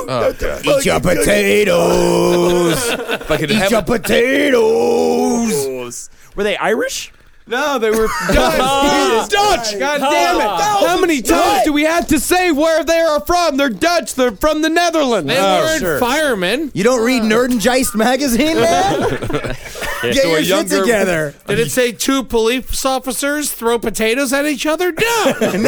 Oh, God.
Eat your potatoes.
If I could
Eat
have
your
a-
potatoes.
Were they Irish?
No, they were
Dutch.
Dutch. God damn
Ah.
it! How many times
Right.
do we have to say where they are from? They're Dutch. They're from the Netherlands.
They Oh, weren't sure.
firemen.
You don't read Nerd and Geist magazine, man? Get
So a
your shit
younger-
together.
Did it say two police officers throw potatoes at each other? No,
No,
It's
it
happened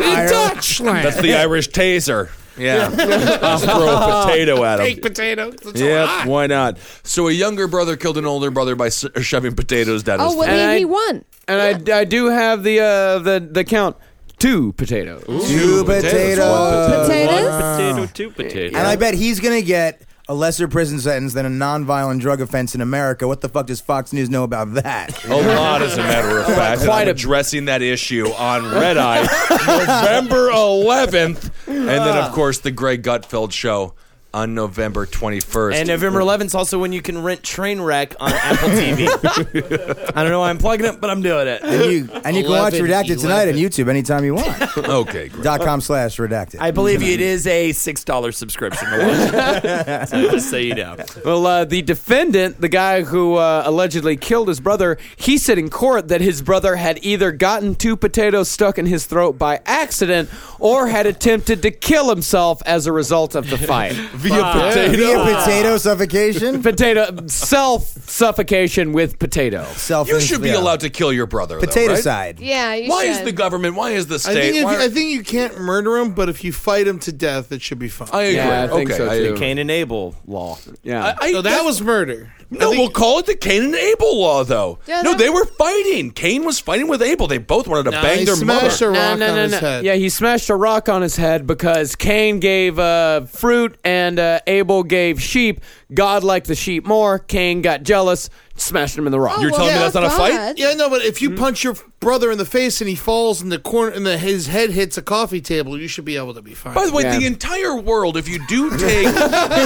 wasn't
in
Ireland.
Dutchland.
That's the Irish taser. Yeah. Just throw a potato ah. at him.
Baked potatoes. That's
Yeah,
a lot.
why not? So a younger brother killed an older brother by s- uh, shoving potatoes down his
Oh, well,
throat.
he, he won.
And I, I do have the uh, the the count. Two potatoes.
Two potatoes.
Potato, two potatoes.
And I bet he's going to get a lesser prison sentence than a nonviolent drug offense in America. What the fuck does Fox News know about that?
A lot, as a matter of fact.
Quite
Quite
a-
addressing that issue on Red Eye, November 11th, and then of course the Greg Gutfeld show on November 21st.
And November 11th is also when you can rent Trainwreck on Apple TV. I don't know why I'm plugging it, but I'm doing it.
And you, and you can watch Redacted tonight on YouTube anytime you want.
okay, great.
Dot com slash redacted.
I believe it is a six dollar subscription. To watch. so just so you know,
Well, uh, the defendant, the guy who uh, allegedly killed his brother, he said in court that his brother had either gotten two potatoes stuck in his throat by accident or had attempted to kill himself as a result of the fight.
Via
Uh,
potato.
Via potato suffocation?
potato self suffocation with potato.
Self.
You should be allowed to kill your brother. though,
Potato
right?
side.
Yeah, you
Why
should.
is the government? Why is the
I
state?
think, if,
why are-
I think you can't murder him, but if you fight him to death, it should be fine.
I agree. okay, I
The
agree.
Cain and Abel law.
Yeah.
I-
so that
that's-
was murder.
No, we'll call it the Cain and Abel law, though.
Yeah,
no,
that
they were fighting. Cain was fighting with Abel. They both wanted to
No,
bang
he
their
smashed
mother.
a rock on his head.
Yeah, he smashed a rock on his head because Cain gave uh, fruit and uh, Abel gave sheep. God liked the sheep more. Cain got jealous, smashed him in the rock.
Oh,
Yeah, no, but if
Hmm?
you punch your brother in the face and he falls in the corner and the, his head hits a coffee table, you should be able to be fine.
By the way, the entire world, if you do take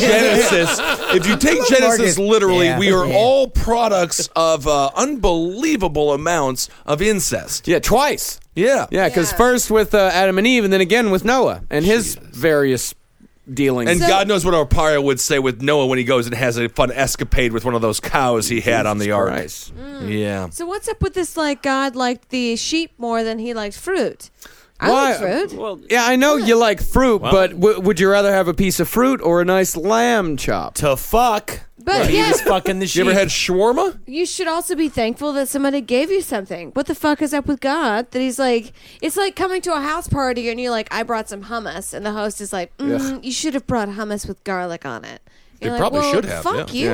Genesis, if you take Genesis
Marcus.
literally,
Yeah.
we are
Yeah.
all products of uh, unbelievable amounts of incest.
Yeah, twice.
Yeah.
Yeah, because first with uh, Adam and Eve, and then again with Noah and his various dealings.
And God knows what Arpaio would say with Noah when he goes and has a fun escapade with one of those cows he had on the ark.
Hmm.
Yeah.
So what's up with this? Like God liked the sheep more than he liked fruit. I like fruit.
yeah, I know you like fruit, but w- would you rather have a piece of fruit or a nice lamb chop?
To fuck.
But Right. yeah.
He was fucking the
You ever
sheep.
had
shawarma?
You should also be thankful that somebody gave you something. What the fuck is up with God that he's like? It's like coming to a house party and you're like, I brought some hummus, and the host is like, mm, you should have brought hummus with garlic on it. You're like, well, Fuck you.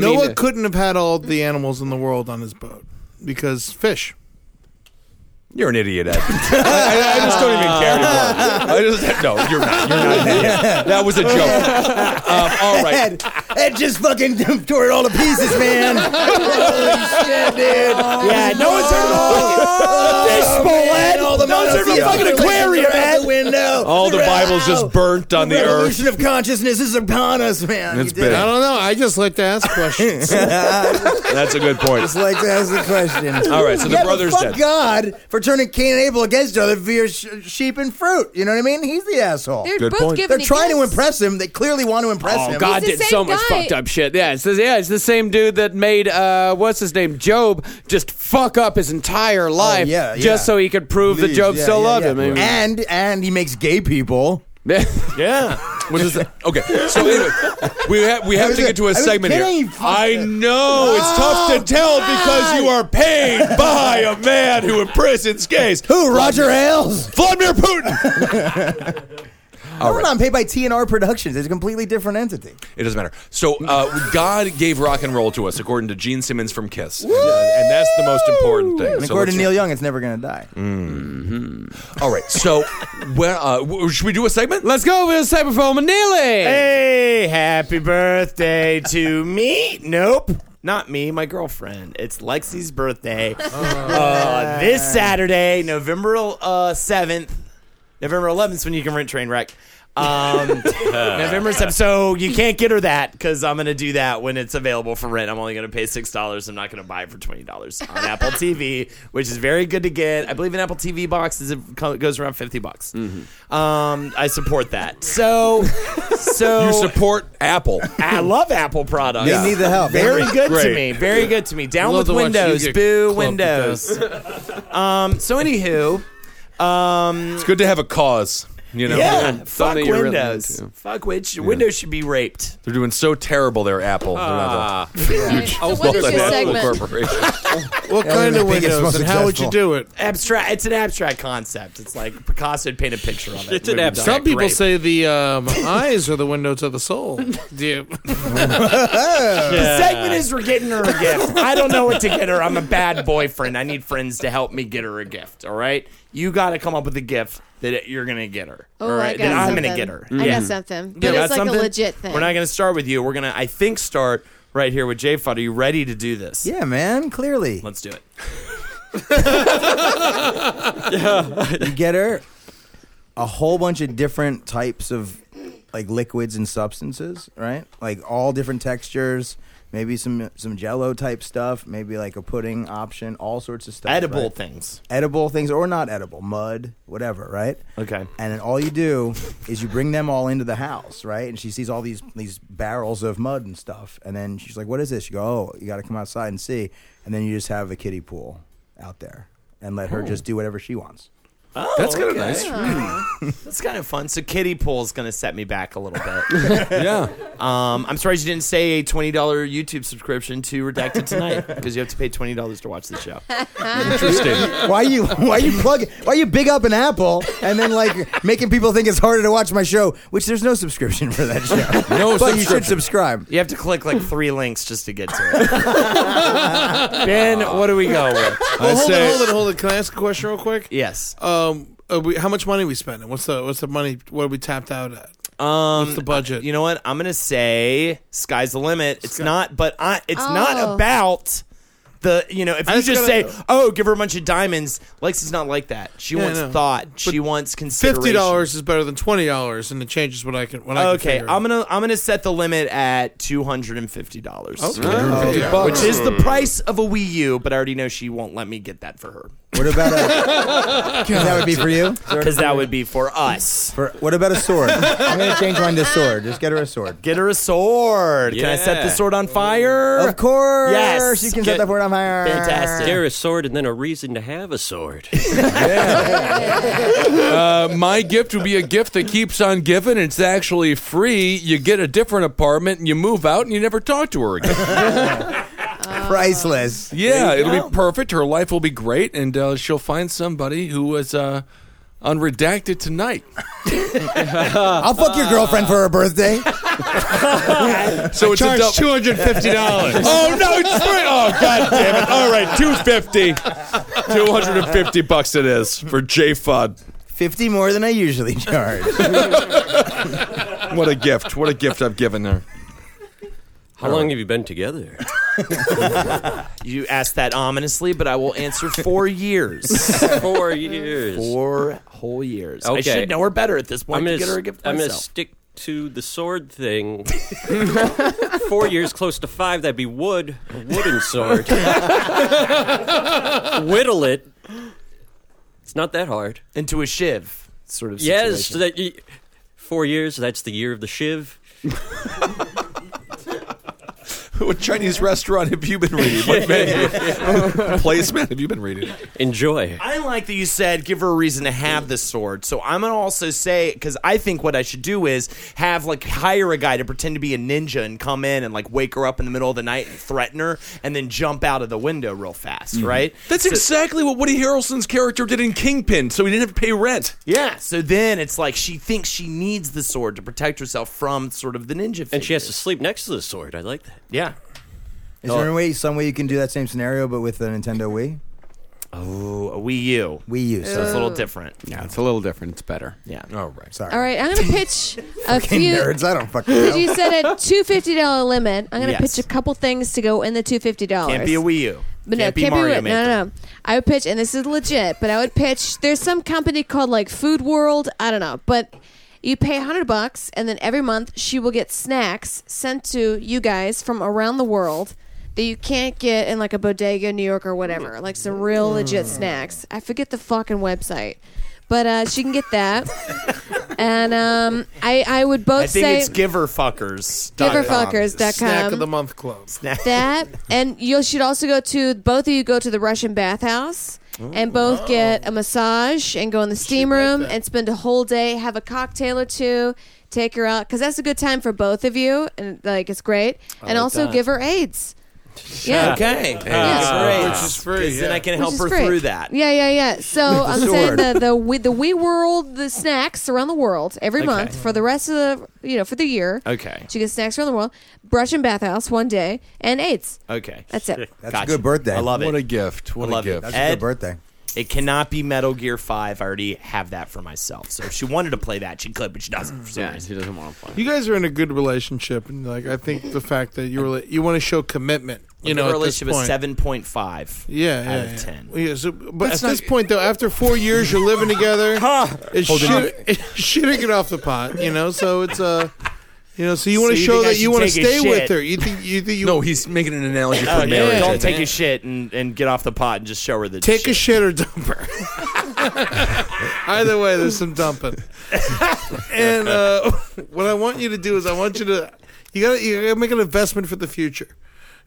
Noah
uh,
couldn't have had all the animals in the world on his boat because fish.
You're an idiot, Ed. I, I- I just don't even care
Uh.
anymore. I just, no, you're not. You're not an idiot. That was a joke. Um, all right.
Ed, Ed just fucking tore it all to pieces, man. Holy shit, dude. Oh,
Yeah, no one's heard of the fish bowl, Ed.
all the
No one's heard of the fucking aquarium, Ed.
The window.
All the Bible's just burnt on the earth.
Revolution of consciousness is upon us, man.
It's
You did
big.
it.
I
don't know. I just like to ask questions.
That's a good point.
Just like to ask the question.
All right, so the
yeah, but
brother's
fuck
dead.
God for turning Cain and Abel against each other via sh- sheep and fruit. You know what I mean? He's the asshole.
They're Good both point. giving
They're trying to impress him. They clearly want to impress
Oh,
him.
God did so much fucked up shit. Yeah, it's the, yeah, it's the same dude that made uh, what's his name, Job, just fuck up his entire life,
Oh, yeah, yeah.
just so he could prove that
Please,
Job
yeah,
still
yeah,
loved
yeah.
him. I mean-
And and he makes gay people.
yeah.
Which is okay. So anyway, we have we
I
have
was
to get to
a-
a
I was Oh,
segment
kidding,
here.
fuck
I know it's tough to tell because you are paid by a man who imprisons gays.
Who? Roger Ailes?
Vladimir Putin. All
no,
right.
no, I'm paid by TNR Productions. It's a completely different entity.
It doesn't matter. So uh, God gave rock and roll to us, according to Gene Simmons from Kiss, and, uh, and that's the most important thing. So
And according
let's-
to Neil Young, it's never going to die.
Mhm. All right. So, well, uh, w- should we do a segment?
Let's go with a segment for Manili.
Hey, happy birthday to me. Nope. Not me, my girlfriend. It's Lexi's birthday. Uh, this Saturday, November uh, 7th, November 11th is when you can rent Trainwreck. Um, November seventh. So you can't get her that because I'm gonna do that when it's available for rent. I'm only gonna pay six dollars. I'm not gonna buy it for twenty dollars on Apple TV, which is very good to get. I believe an Apple TV box is it co- goes around fifty bucks. Um, I support that. So, so
You support Apple.
I love Apple products.
They need the help.
Very
Great.
good to
Great.
me. Very good to me. Down with
Love to watch you
Windows.
get
Boo
clubbed with
Windows. um. So anywho, um,
it's good to have a cause. You know,
yeah.
Something
Fuck
that you're really
Windows.
into.
Fuck which Windows should be raped.
They're doing so terrible. There, Apple.
Ah.
They're not a
Yeah.
huge
So what is your segment?
corporation.
What kind of windows and how would you do it?
Abstract. It's an abstract concept. It's like Picasso would paint a picture of it. It would be done.
Some people
Rape.
say the um, eyes are the window to the soul. Do you?
The segment is we're getting her a gift. I don't know what to get her. I'm a bad boyfriend. I need friends to help me get her a gift. All right, you got to come up with a gift that you're gonna get her.
Oh,
all
I
right,
got
that I'm
something.
gonna get her.
I
Yeah.
got something. But
You got
it's like
something?
a legit thing.
We're not gonna start with you. We're gonna, I think, start right here with J. Fudd. Are you ready to do this?
Yeah, man. Clearly,
let's do it.
you get her a whole bunch of different types of like liquids and substances, right? Like all different textures, maybe some some jello type stuff, maybe like a pudding option, all sorts of stuff.
Edible
right?
things.
Edible things or not edible, mud, whatever, right?
Okay.
And then all you do is you bring them all into the house, right? And she sees all these these barrels of mud and stuff. And then she's like, What is this? You go, Oh, you gotta come outside and see. And then you just have a kiddie pool out there and let her
Oh.
just do whatever she wants.
Oh,
That's kinda
okay.
nice.
That's kind of fun. So kiddie pool's gonna set me back a little bit.
yeah.
Um, I'm surprised you didn't say a twenty dollar YouTube subscription to Redacted tonight because you have to pay twenty dollars to watch the show. Interesting.
Why you why you plug why you big up an Apple and then like making people think it's harder to watch my show, which there's no subscription for that show.
No
but you
subscription.
should subscribe.
You have to click like three links just to get to it. ben, what do we go with?
Well, hold it, hold it, hold it. Can I ask a question real quick?
Yes.
Um, are we, how much money are we spending? What's the what's the money? What are we tapped out at?
Um, What's the budget? You know what? I'm gonna say sky's the limit. It's not, but I, it's
Oh.
not about the. You know, if
I
you
just
just
gotta-
say, "Oh, give her a bunch of diamonds," Lexi's not like that. She
Yeah, I
wants
know.
thought. she wants consideration.
Fifty dollars is better than twenty dollars, and it changes what I can. What I
okay,
can
I'm gonna I'm gonna set the limit at two hundred and fifty dollars,
Okay. Oh, yeah.
which is the
Hmm.
price of a Wii U. But I already know she won't let me get that for her.
What about a 'cause that would be for you?
Because that would be for us.
For what about a sword? I'm gonna change mine to sword. Just get her a sword.
Get her a sword. Can I set the sword on fire?
Of course.
Yes.
You can set that sword on fire.
Fantastic.
There is sword and then a reason to have a sword.
uh, my gift would be a gift that keeps on giving. It's actually free. You get a different apartment and you move out and you never talk to her again.
Priceless.
yeah, it'll be perfect. Her life will be great, and uh, she'll find somebody who was uh, unredacted tonight.
I'll fuck your girlfriend for her birthday.
So it's a
Charge
double- oh no, it's free. Oh god damn it! All right, two fifty. Two hundred and fifty bucks it is for J Fudd.
Fifty more than I usually charge.
What a gift! What a gift I've given her.
How long have you been together?
You asked that ominously, but I will answer four years.
Four years.
Four whole years. I should know her better at this point
I'm gonna
to get her a
s-
gift
I'm gonna
myself.
stick to the sword thing. Four years, close to five. That'd be wood, a wooden sword. Whittle it. It's not that hard.
Into a shiv sort of.
Yes,
situation.
that y four years. That's the year of the shiv.
What Chinese restaurant have you been reading? What menu? Placement have you been reading?
Enjoy.
I like that you said give her a reason to have the sword. So I'm gonna also say because I think what I should do is have like hire a guy to pretend to be a ninja and come in and like wake her up in the middle of the night and threaten her and then jump out of the window real fast, right?
That's
So-
exactly what Woody Harrelson's character did in Kingpin, so he didn't have to pay rent.
Yeah. So then it's like she thinks she needs the sword to protect herself from sort of the ninja. Figure.
And she has to sleep next to the sword. I like that.
Yeah.
Is there any way, some way you can do that same scenario but with the Nintendo Wii?
Oh, a Wii U.
Wii U.
So it's a little
different.
Yeah, it's a little different. It's better.
Yeah.
All right.
Sorry.
All right, I'm gonna pitch a few.
nerds. I don't fucking know.
Because you said a two fifty dollar limit, I'm gonna
Yes.
pitch a couple things to go in the two fifty dollars.
Can't be a Wii U.
But
can't be
no, can't
Mario
be Wii.
Maker.
No, no, no. I would pitch, and this is legit. But I would pitch. There's some company called like Food World. I don't know, but You pay a hundred bucks, and then every month she will get snacks sent to you guys from around the world that you can't get in like a bodega in New York or whatever, like some real legit snacks. I forget the fucking website, but uh, she can get that. and um, I I would both
I think
say
it's giverfuckers.
Giverfuckers.com.
Snack of the month club.
Snack.
that and you should also go to both of you go to the Russian bathhouse and both get a massage and go in the steam room and spend a whole day have a cocktail or two take her out because that's a good time for both of you and like it's great
I
and
like
also
that.
give her AIDS yeah
Okay.
uh,
Yeah.
Great.
Which
is free,
'Cause Then
yeah.
I can
Which
help
is
her
great.
through that.
yeah yeah yeah so
With the
I'm
sword.
saying the the we, the we world the snacks around the world every
Okay.
month for the rest of the you know for the year
Okay.
she gets snacks around the world brush and bathhouse one day and AIDS
Okay.
That's it.
That's a good birthday.
I love it.
What
a gift. What I love It.
That's a good birthday.
It cannot be Metal Gear Five. I already have that for myself. So if she wanted to play that, she could, but she doesn't. For some yeah, she doesn't want to play.
You guys are in a good relationship, and like I think the fact that you were you want to show commitment, you know,
her
at this
relationship is
point.
seven point five.
Yeah, yeah,
out of
yeah.
ten.
Yeah, so, but
That's
at
not-
this point, though, after four years, you're living together.
Ah,
it's
Hold it
shit, it's shitting it off the pot, you know. So it's uh, you know, so you want
So
to
you
show
think I
that you
should
want to
take his
stay with
shit?
her. You think you think you
no, he's making an analogy for
Okay,
marriage. I
Don't
think.
take a shit and, and get off the pot and just show her the
take
shit.
a shit or dump her. Either way, there's some dumping. and uh, what I want you to do is I want you to you gotta you gotta make an investment for the future.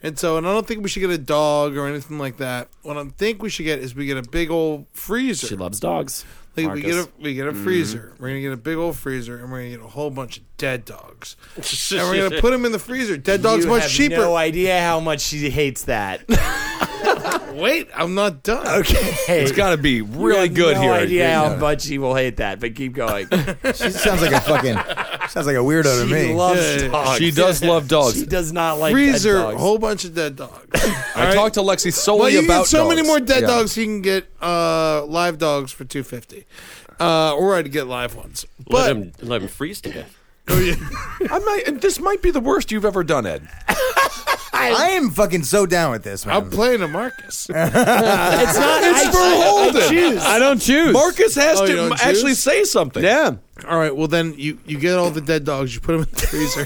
And so, and I don't think we should get a dog or anything like that. What I think we should get is we get a big old freezer. She
loves dogs.
Like we
Marcus.
get a we get a
Mhm.
freezer. We're gonna get a big old freezer, and we're gonna get a whole bunch of dead dogs, and we're gonna put them in the freezer. Dead dogs
you
much
have
cheaper.
No idea how much she hates that.
Wait, I'm not done.
Okay,
It's got to be really good
no
here.
idea
Yeah.
how much she will hate that, but keep going.
She sounds like a fucking sounds like a weirdo to
She
me.
loves dogs.
She does love dogs.
She does not like
freezer,
dead dogs.
whole bunch of dead dogs.
I talked to Lexi
well,
solely
you
about
get so many
dogs.
more dead
Yeah.
dogs. You can get uh, live dogs for two fifty, uh, or I'd get live ones.
Let
But
him-
Let him freeze to death.
Oh, I might. This might be the worst you've ever done, Ed.
I am fucking so down with this, man. I'm
playing a
it's
Marcus.
not- It's I- for I- I Holden. choose. I don't choose. Marcus has to m- actually say something.
Yeah. All right. Well, then you you get all the dead dogs. You put them in the freezer.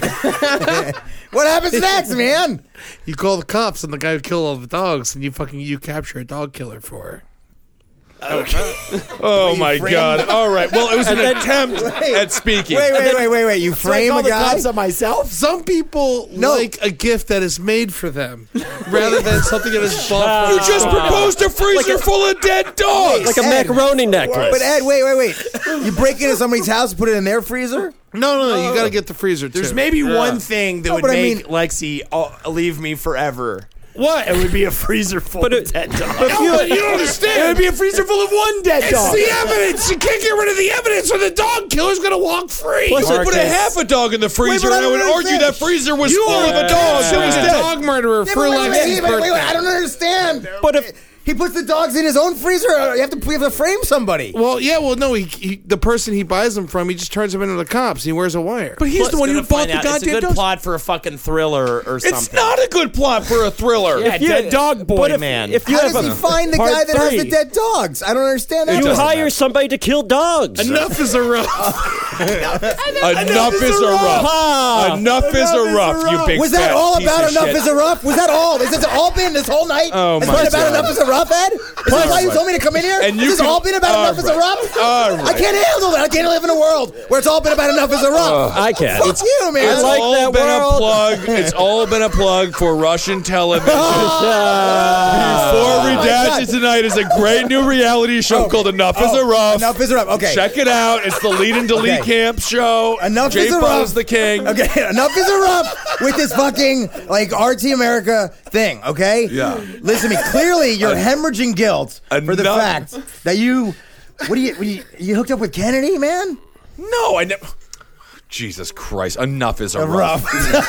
what happens next, man?
You call the cops and the guy who killed all the dogs, and you fucking you capture a dog killer for her.
Oh my God! All right. Well, it was an
And then-
attempt
Wait.
at speaking.
Wait, wait, wait, wait, wait. You
So I
frame
call
a
the
guy.
cops
on myself.
Some people like a gift that is made for them, rather than something that is bought. for
You
them.
just proposed a freezer full of dead dogs,
But Ed, wait, wait, wait. You break into somebody's house and put it in their freezer?
No, no, no. You gotta get the freezer.
There's
too.
maybe
Yeah.
one thing that
No,
would
but I
make
mean-
Lexi uh, leave me forever. What? It would be a freezer full of dead dogs.
but you-
No,
you don't understand.
It would be a freezer full of one dead
It's
dog.
the evidence.
You can't get rid of the evidence, or the dog killer's gonna walk free.
Plus,
I
Marcus.
put a half a dog in the freezer,
Wait, but I
and I would
don't
argue that freezer was
You
full
are
of
a
a dog.
dog.
It was
Yeah.
dead.
Dog murderer
Yeah, but wait, wait, wait, wait, wait,
Uh,
I don't understand. But if he puts the dogs in his own freezer, uh, you have to you have to frame somebody.
Well, yeah. Well, no. He, he the person he buys them from, he just turns them into the cops. He wears a wire.
Plus, gonna find out It's a good plot for a fucking thriller or something.
not a good plot for a thriller.
yeah, dead dog boy, man.
How does he find the
Part
guy that has the
three.
dead dogs? I don't understand that.
you hire somebody to kill dogs.
Enough is enough.
Enough is enough. Enough is enough. You big
Was that
fat
all
piece
about
of
enough
shit.
is enough? Was that all? Is this all been this whole night?
Oh,
Has
my
been about
God.
enough is enough, Ed? Is
Plus-
that why you told me to come in here?
And you
Has this
can-
all been about
all
enough is
right.
enough?
All right.
I can't handle that. I can't live in a world where it's all been about enough is enough.
I can.
Fuck
It's-
you, man.
It's all been a plug. It's all been a plug for Russian television.
Oh,
Before
my
we dash
God. oh,
it tonight is a great new reality show called Enough Is Enough.
Enough is enough. Okay.
check it out. It's the lead and delete
Okay.
camp show.
Enough
Jay
is
Fo's
enough.
the king.
Okay, enough is enough with this fucking like RT America thing. Okay,
Yeah.
Listen to me. Clearly, you're
En-
hemorrhaging guilt for the
Enough.
fact that you. What do you? What do you, you hooked up with Kennedy, man?
No, I never. Jesus Christ! Enough is enough.
Enough.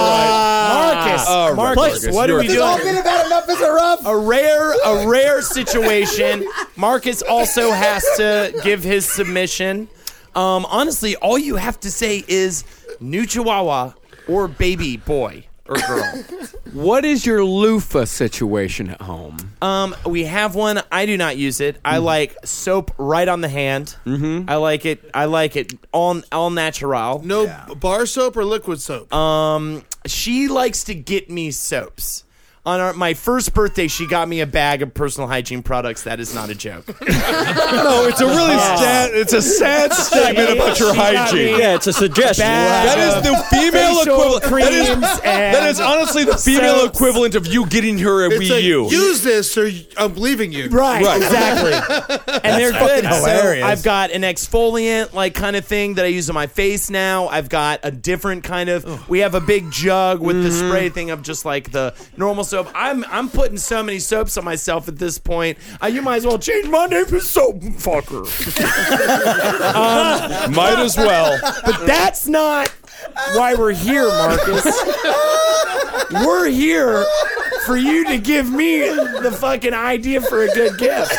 Marcus,
All right,
Oh, Marcus,
Marcus,
what are
you're
we
a-
doing?
It's all been
about enough is enough.
A rare, a rare situation. Marcus also has to give his submission. Um, honestly, all you have to say is new Chihuahua or baby boy.
or girl?
What is your loofah situation at home?
Um, we have one. I do not use it. I like soap right on the hand. Mm-hmm. I like it. I like it all all natural.
No bar soap or liquid soap.
Um, she likes to get me soaps. On our, my first birthday, she got me a bag of personal hygiene products. That is not a joke. Oh.
no, it's a really sad. It's a sad statement about your
She got
hygiene.
me Yeah, it's a suggestion. a bag
That is the
of
female
facial
equivalent. That is,
creams and
that is honestly the female
soaps.
equivalent of you getting her a
It's
Wii
like,
U.
Use this or I'm leaving you.
Right, exactly. and they're
fucking
good. So
hilarious.
I've got an exfoliant like kind of thing that I use on my face now. I've got a different kind of. We have a big jug with the
Mm-hmm.
spray thing of just like the normal soap. I'm I'm putting so many soaps on myself at this point. Uh, you might as well change my name to soap fucker. Um,
Might as well.
But that's not why we're here, Marcus. we're here for you to give me the fucking idea for a good gift.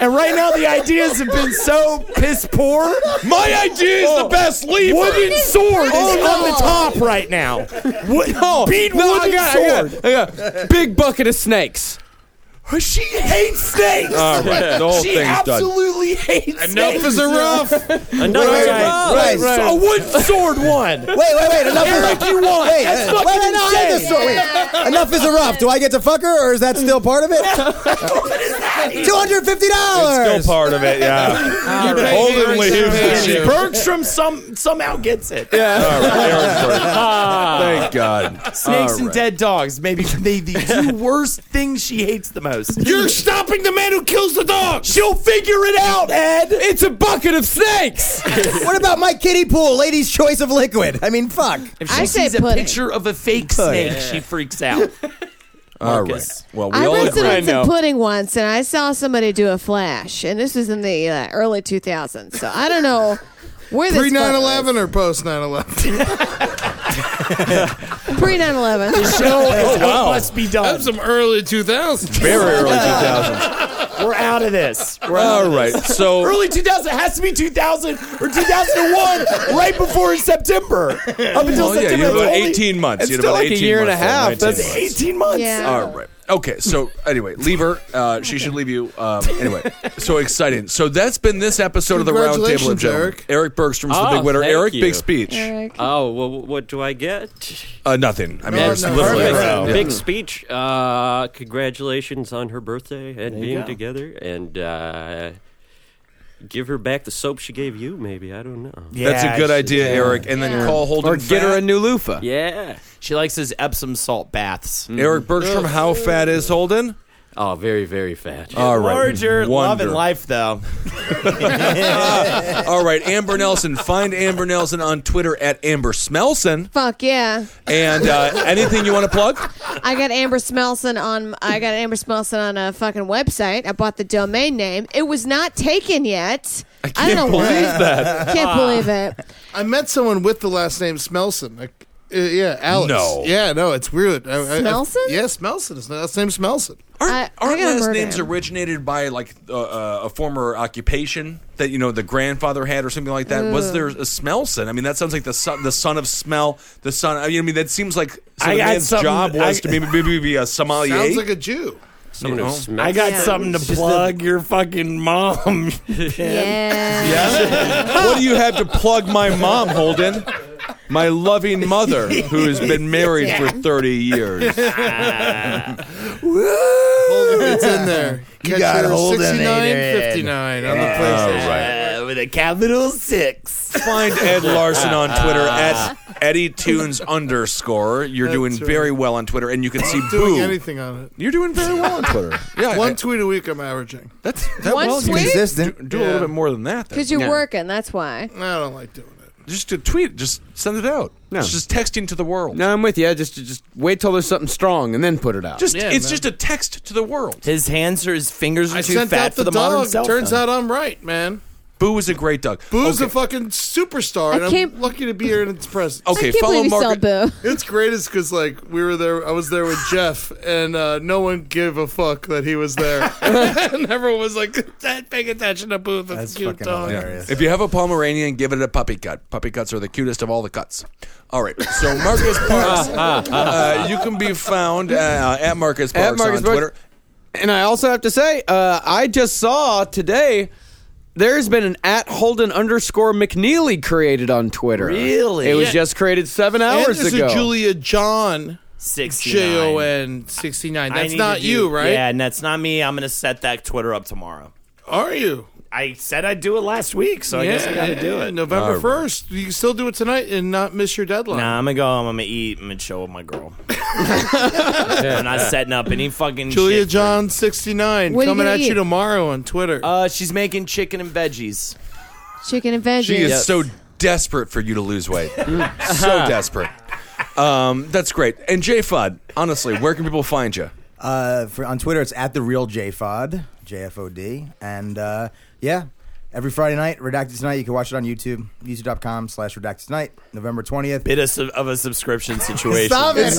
and right now the ideas have been so piss poor. Oh,
My idea is the best lever.
Wooden sword is
Oh,
on
no.
the top right now. Wood, beat
no, I
wooden
got, I
sword.
got, I got big bucket of snakes.
She hates snakes.
All right, the whole
she
thing's done.
absolutely hates snakes.
Enough is enough.
Enough is enough.
right, right.
A wooden sword one.
Wait, wait, wait. Enough
Eric,
is
you won.
Wait,
That's
uh,
fucking
wait, no, I
insane.
just saw- wait. Enough is enough. Do I get to fuck her, or is that still part of it? Two hundred fifty dollars.
Still part of it, yeah.
All right.
Hold and leave.
Bergstrom some, somehow gets it.
Yeah. All right, Aaron Berg.
Ah.
Thank God.
Snakes
All
and
right.
dead dogs, maybe the, the two worst things she hates the most. You're stopping the man who kills the dog. She'll figure it out, Ed. It's a bucket of snakes.
What about my kiddie pool? Ladies' choice of liquid. I mean, fuck.
If she sees a picture of a fake
Pudding.
snake, she freaks out.
All right.
Marcus.
Well, we
I
all
rested
agree.
on some pudding once, and I saw somebody do a flash, and this was in the uh, early 2000s. So I don't know where this
Pre 9
9/11,
11 or post 9 11?
pre 9/11.
oh, wow. must be done.
That's some early 2000s.
Very early 2000s.
We're out of this. We're out
All
of
right.
this.
So
early 2000 it has to be 2000 or 2001, right before September. Up until
Well, Oh, yeah, you
September.
had
it's
about
only-
18 months.
It's
You had
still
about
like a
18
year and a
months there,
half.
19
That's
months.
18 months.
Yeah.
All right. Okay. So anyway, leave her. Uh, she should leave you. Um, anyway, so exciting. So that's been this episode of the Roundtable of
Congratulations,
Gentlemen.
Eric.
Eric Bergstrom's
Ah,
the
Oh,
big winner.
thank
Eric,
you.
big speech.
Oh well, what do I get?
Uh, nothing. I mean,
Oh,
it's
no.
literally
Perfect.
Yeah.
big speech. Uh, congratulations on her birthday and
you
being
go.
together, and uh, give her back the soap she gave you. Maybe I don't know.
That's a good idea, Eric. And then call Holden Fat.
new loofah.
Yeah,
she likes his Epsom salt baths.
Eric Bergstrom, how fat is Holden?
Oh, very, very fat.
All right.
Larger love and
Wonderful.
life, though.
All right, Amber Nelson. Find Amber Nelson on Twitter at Amber Smelson.
Fuck yeah.
And uh, anything you want to plug?
I got Amber Smelson on. I got Amber Smelson on a fucking website. I bought the domain name. It was not taken yet. I can't don't know
believe
why.
that.
Can't
Ah.
believe it.
I met someone with the last name Smelson. Like, uh, yeah, Alex.
No.
Yeah, no, it's weird. I, I-
Smelson?
I, yeah, Smelson. His last name's Smelson.
I, I
Aren't
gotta
last
murder
names
him.
originated by like uh, uh, a former occupation that you know the grandfather had or something like that? Was
Ooh.
there a Smelson? I mean, that sounds like the son, the son of smell, the son. I mean, I mean, that seems like so
I
the
got
man's
something-
job was
I-
to maybe, maybe be a sommelier.
Sounds like a Jew.
Someone who smells.
I got
Yeah.
something to
It's just
plug your fucking mom.
Yeah.
what do you have to plug my mom, Holden? My loving mother, who has been married for 30 years.
It's in there.
You
Catch
got
your
Holden,
6959 on the PlayStation.
Uh, with a capital six.
Find Ed Larson on Twitter
Ah.
at Eddie Tunes underscore. You're doing very well on Twitter, and you can see
Doing
Boo.
anything on it.
You're doing very well on Twitter. Yeah,
One
I-
tweet a week I'm averaging.
That's that
One
well, you
tweet?
can
Consistent.
Do, do a little bit more than that. though.
Because you're working. That's why.
I don't like doing
Just to tweet, just send it out.
No.
It's just texting to the world.
No, I'm with you. I Just, just wait till there's something strong and then put it out.
Just it's just a text to the world.
His hands or his fingers are
I
too
sent
fat
out
for
the,
the modern
dog.
cell
Turns
phone.
out I'm right, man.
Boo is a great dog.
Boo's a fucking superstar,
I
and
can't-
I'm lucky to be here in its presence.
Okay, I can't follow believe you Margaret-
Boo.
It's great, is because like we were there. I was there with Jeff, and uh, no one gave a fuck that he was there.
and everyone was like, paying attention to Booth. That's, a cute dog.
If you have a Pomeranian, give it a puppy cut. Puppy cuts are the cutest of all the cuts. All right. So Marcus Parks, uh, you can be found uh, at Marcus Parks
At Marcus
on
Parks.
Twitter.
And I also have to say, uh, I just saw today there's been an at Holden underscore McNeely created on Twitter.
Really?
It was
Yeah.
just created seven hours
and there's
ago.
a Julia John.
69.
J O N 69.
I
That's
need
not
to do-
you, right?
Yeah, and that's not me. I'm going to set that Twitter up tomorrow.
Are you?
I said I'd do it last week, so I guess I got to do it.
November first. You can still do it tonight and not miss your deadline.
Nah, I'm gonna go home. I'm gonna eat. I'm gonna show with my girl. I'm not setting up any fucking
Julia
shit.
John sixty nine
What are you
coming
gonna
at
eat?
you tomorrow on Twitter.
Uh, she's making chicken and veggies.
Chicken and veggies.
She is so desperate for you to lose weight.
Mm.
so
Uh-huh.
desperate. Um, that's great. And J Fudd, honestly, where can people find you?
Uh, for, on Twitter, it's at the real JFOD, J F O D, and uh, yeah, every Friday night, Redacted Tonight. You can watch it on YouTube, YouTube.com/slash Redacted Tonight, November twentieth.
Bit of, sub- of a subscription situation.
Stop it!
no.
It's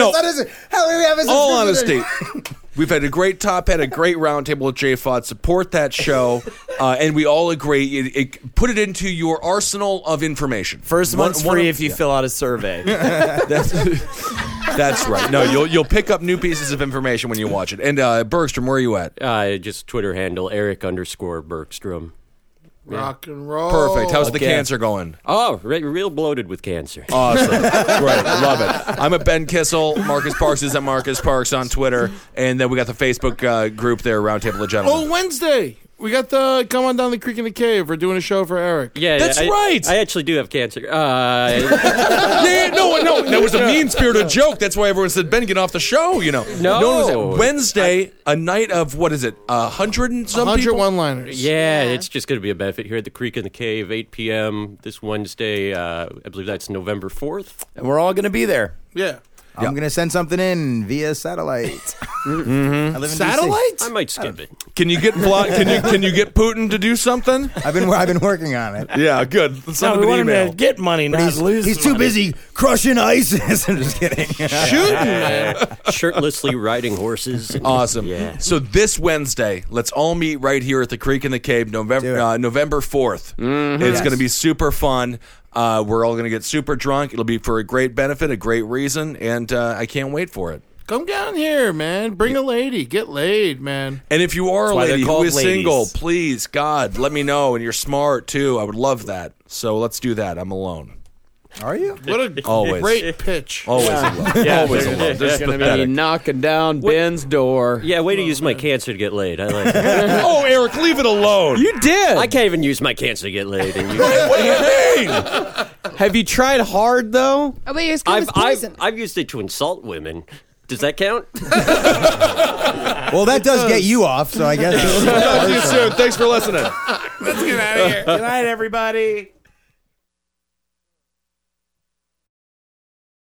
not as how do we have a
All
subscription?
honesty. We've had a great top had a great roundtable with J Fod. Support that show, uh, and we all agree. It, it, put it into your arsenal of information.
First month's free if you fill out a survey.
that's, that's right. No, you'll you'll pick up new pieces of information when you watch it. And uh, Bergstrom, where are you at?
Uh, just Twitter handle Eric underscore Bergstrom.
Rock and roll.
Perfect. How's the cancer going?
Oh, re- real bloated with cancer.
Awesome. Great. Love it. I'm at Ben Kissel. Marcus Parks is at Marcus Parks on Twitter. And then we got the Facebook uh, group there, Roundtable of Gentlemen.
Oh, Wednesday. We got the Come On Down the Creek in the Cave. We're doing a show for Eric.
Yeah, I- I actually do have cancer. Uh,
yeah, no, no, that was a mean spirited joke. That's why everyone said, Ben, get off the show, you know.
No.
one was- Wednesday, a night of, what is it, a hundred and some people?
liners.
Yeah, it's just going to be a benefit here at the Creek in the Cave, 8 p.m. this Wednesday. Uh, I believe that's November 4th.
And we're all gonna be there.
Yeah.
I'm gonna send something in via satellite.
Mm-hmm.
I live in DC.
I might skip it.
Can you get Vla- can you can you get Putin to do something?
I've been I've been working on it.
Yeah, good. Let's send him an email.
get money,
but
not
he's,
lose
He's too
money.
busy crushing ISIS. I'm just kidding.
Shirtlessly riding horses.
Awesome.
Yeah.
So this Wednesday, let's all meet right here at the Creek in the Cave, November uh, November 4th
Mm-hmm.
It's
Yes.
going to be super fun. Uh, we're all going to get super drunk. It'll be for a great benefit, a great reason, and uh, I can't wait for it.
Come down here, man. Bring a lady. Get laid, man.
And if you are
That's
a
why
lady
they're
who
called
is
ladies.
single, please God, let me know. And you're smart too. I would love that. So let's do that. I'm alone.
Are you?
What a
Always.
great pitch.
Always alone. Always alone. This is
gonna be
pathetic.
knocking down Ben's door.
Yeah, way to use my cancer to get laid. I like it.
oh, Eric, leave it alone.
You did.
I can't even use my cancer to get laid. And you,
Have you tried hard though?
Oh, but it's good
I've,
with poison.
I've, I've used it to insult women. Does that count?
Well, that does get you off, so I guess.
Talk to you soon. Thanks for listening.
Let's get out of here. Good night, everybody.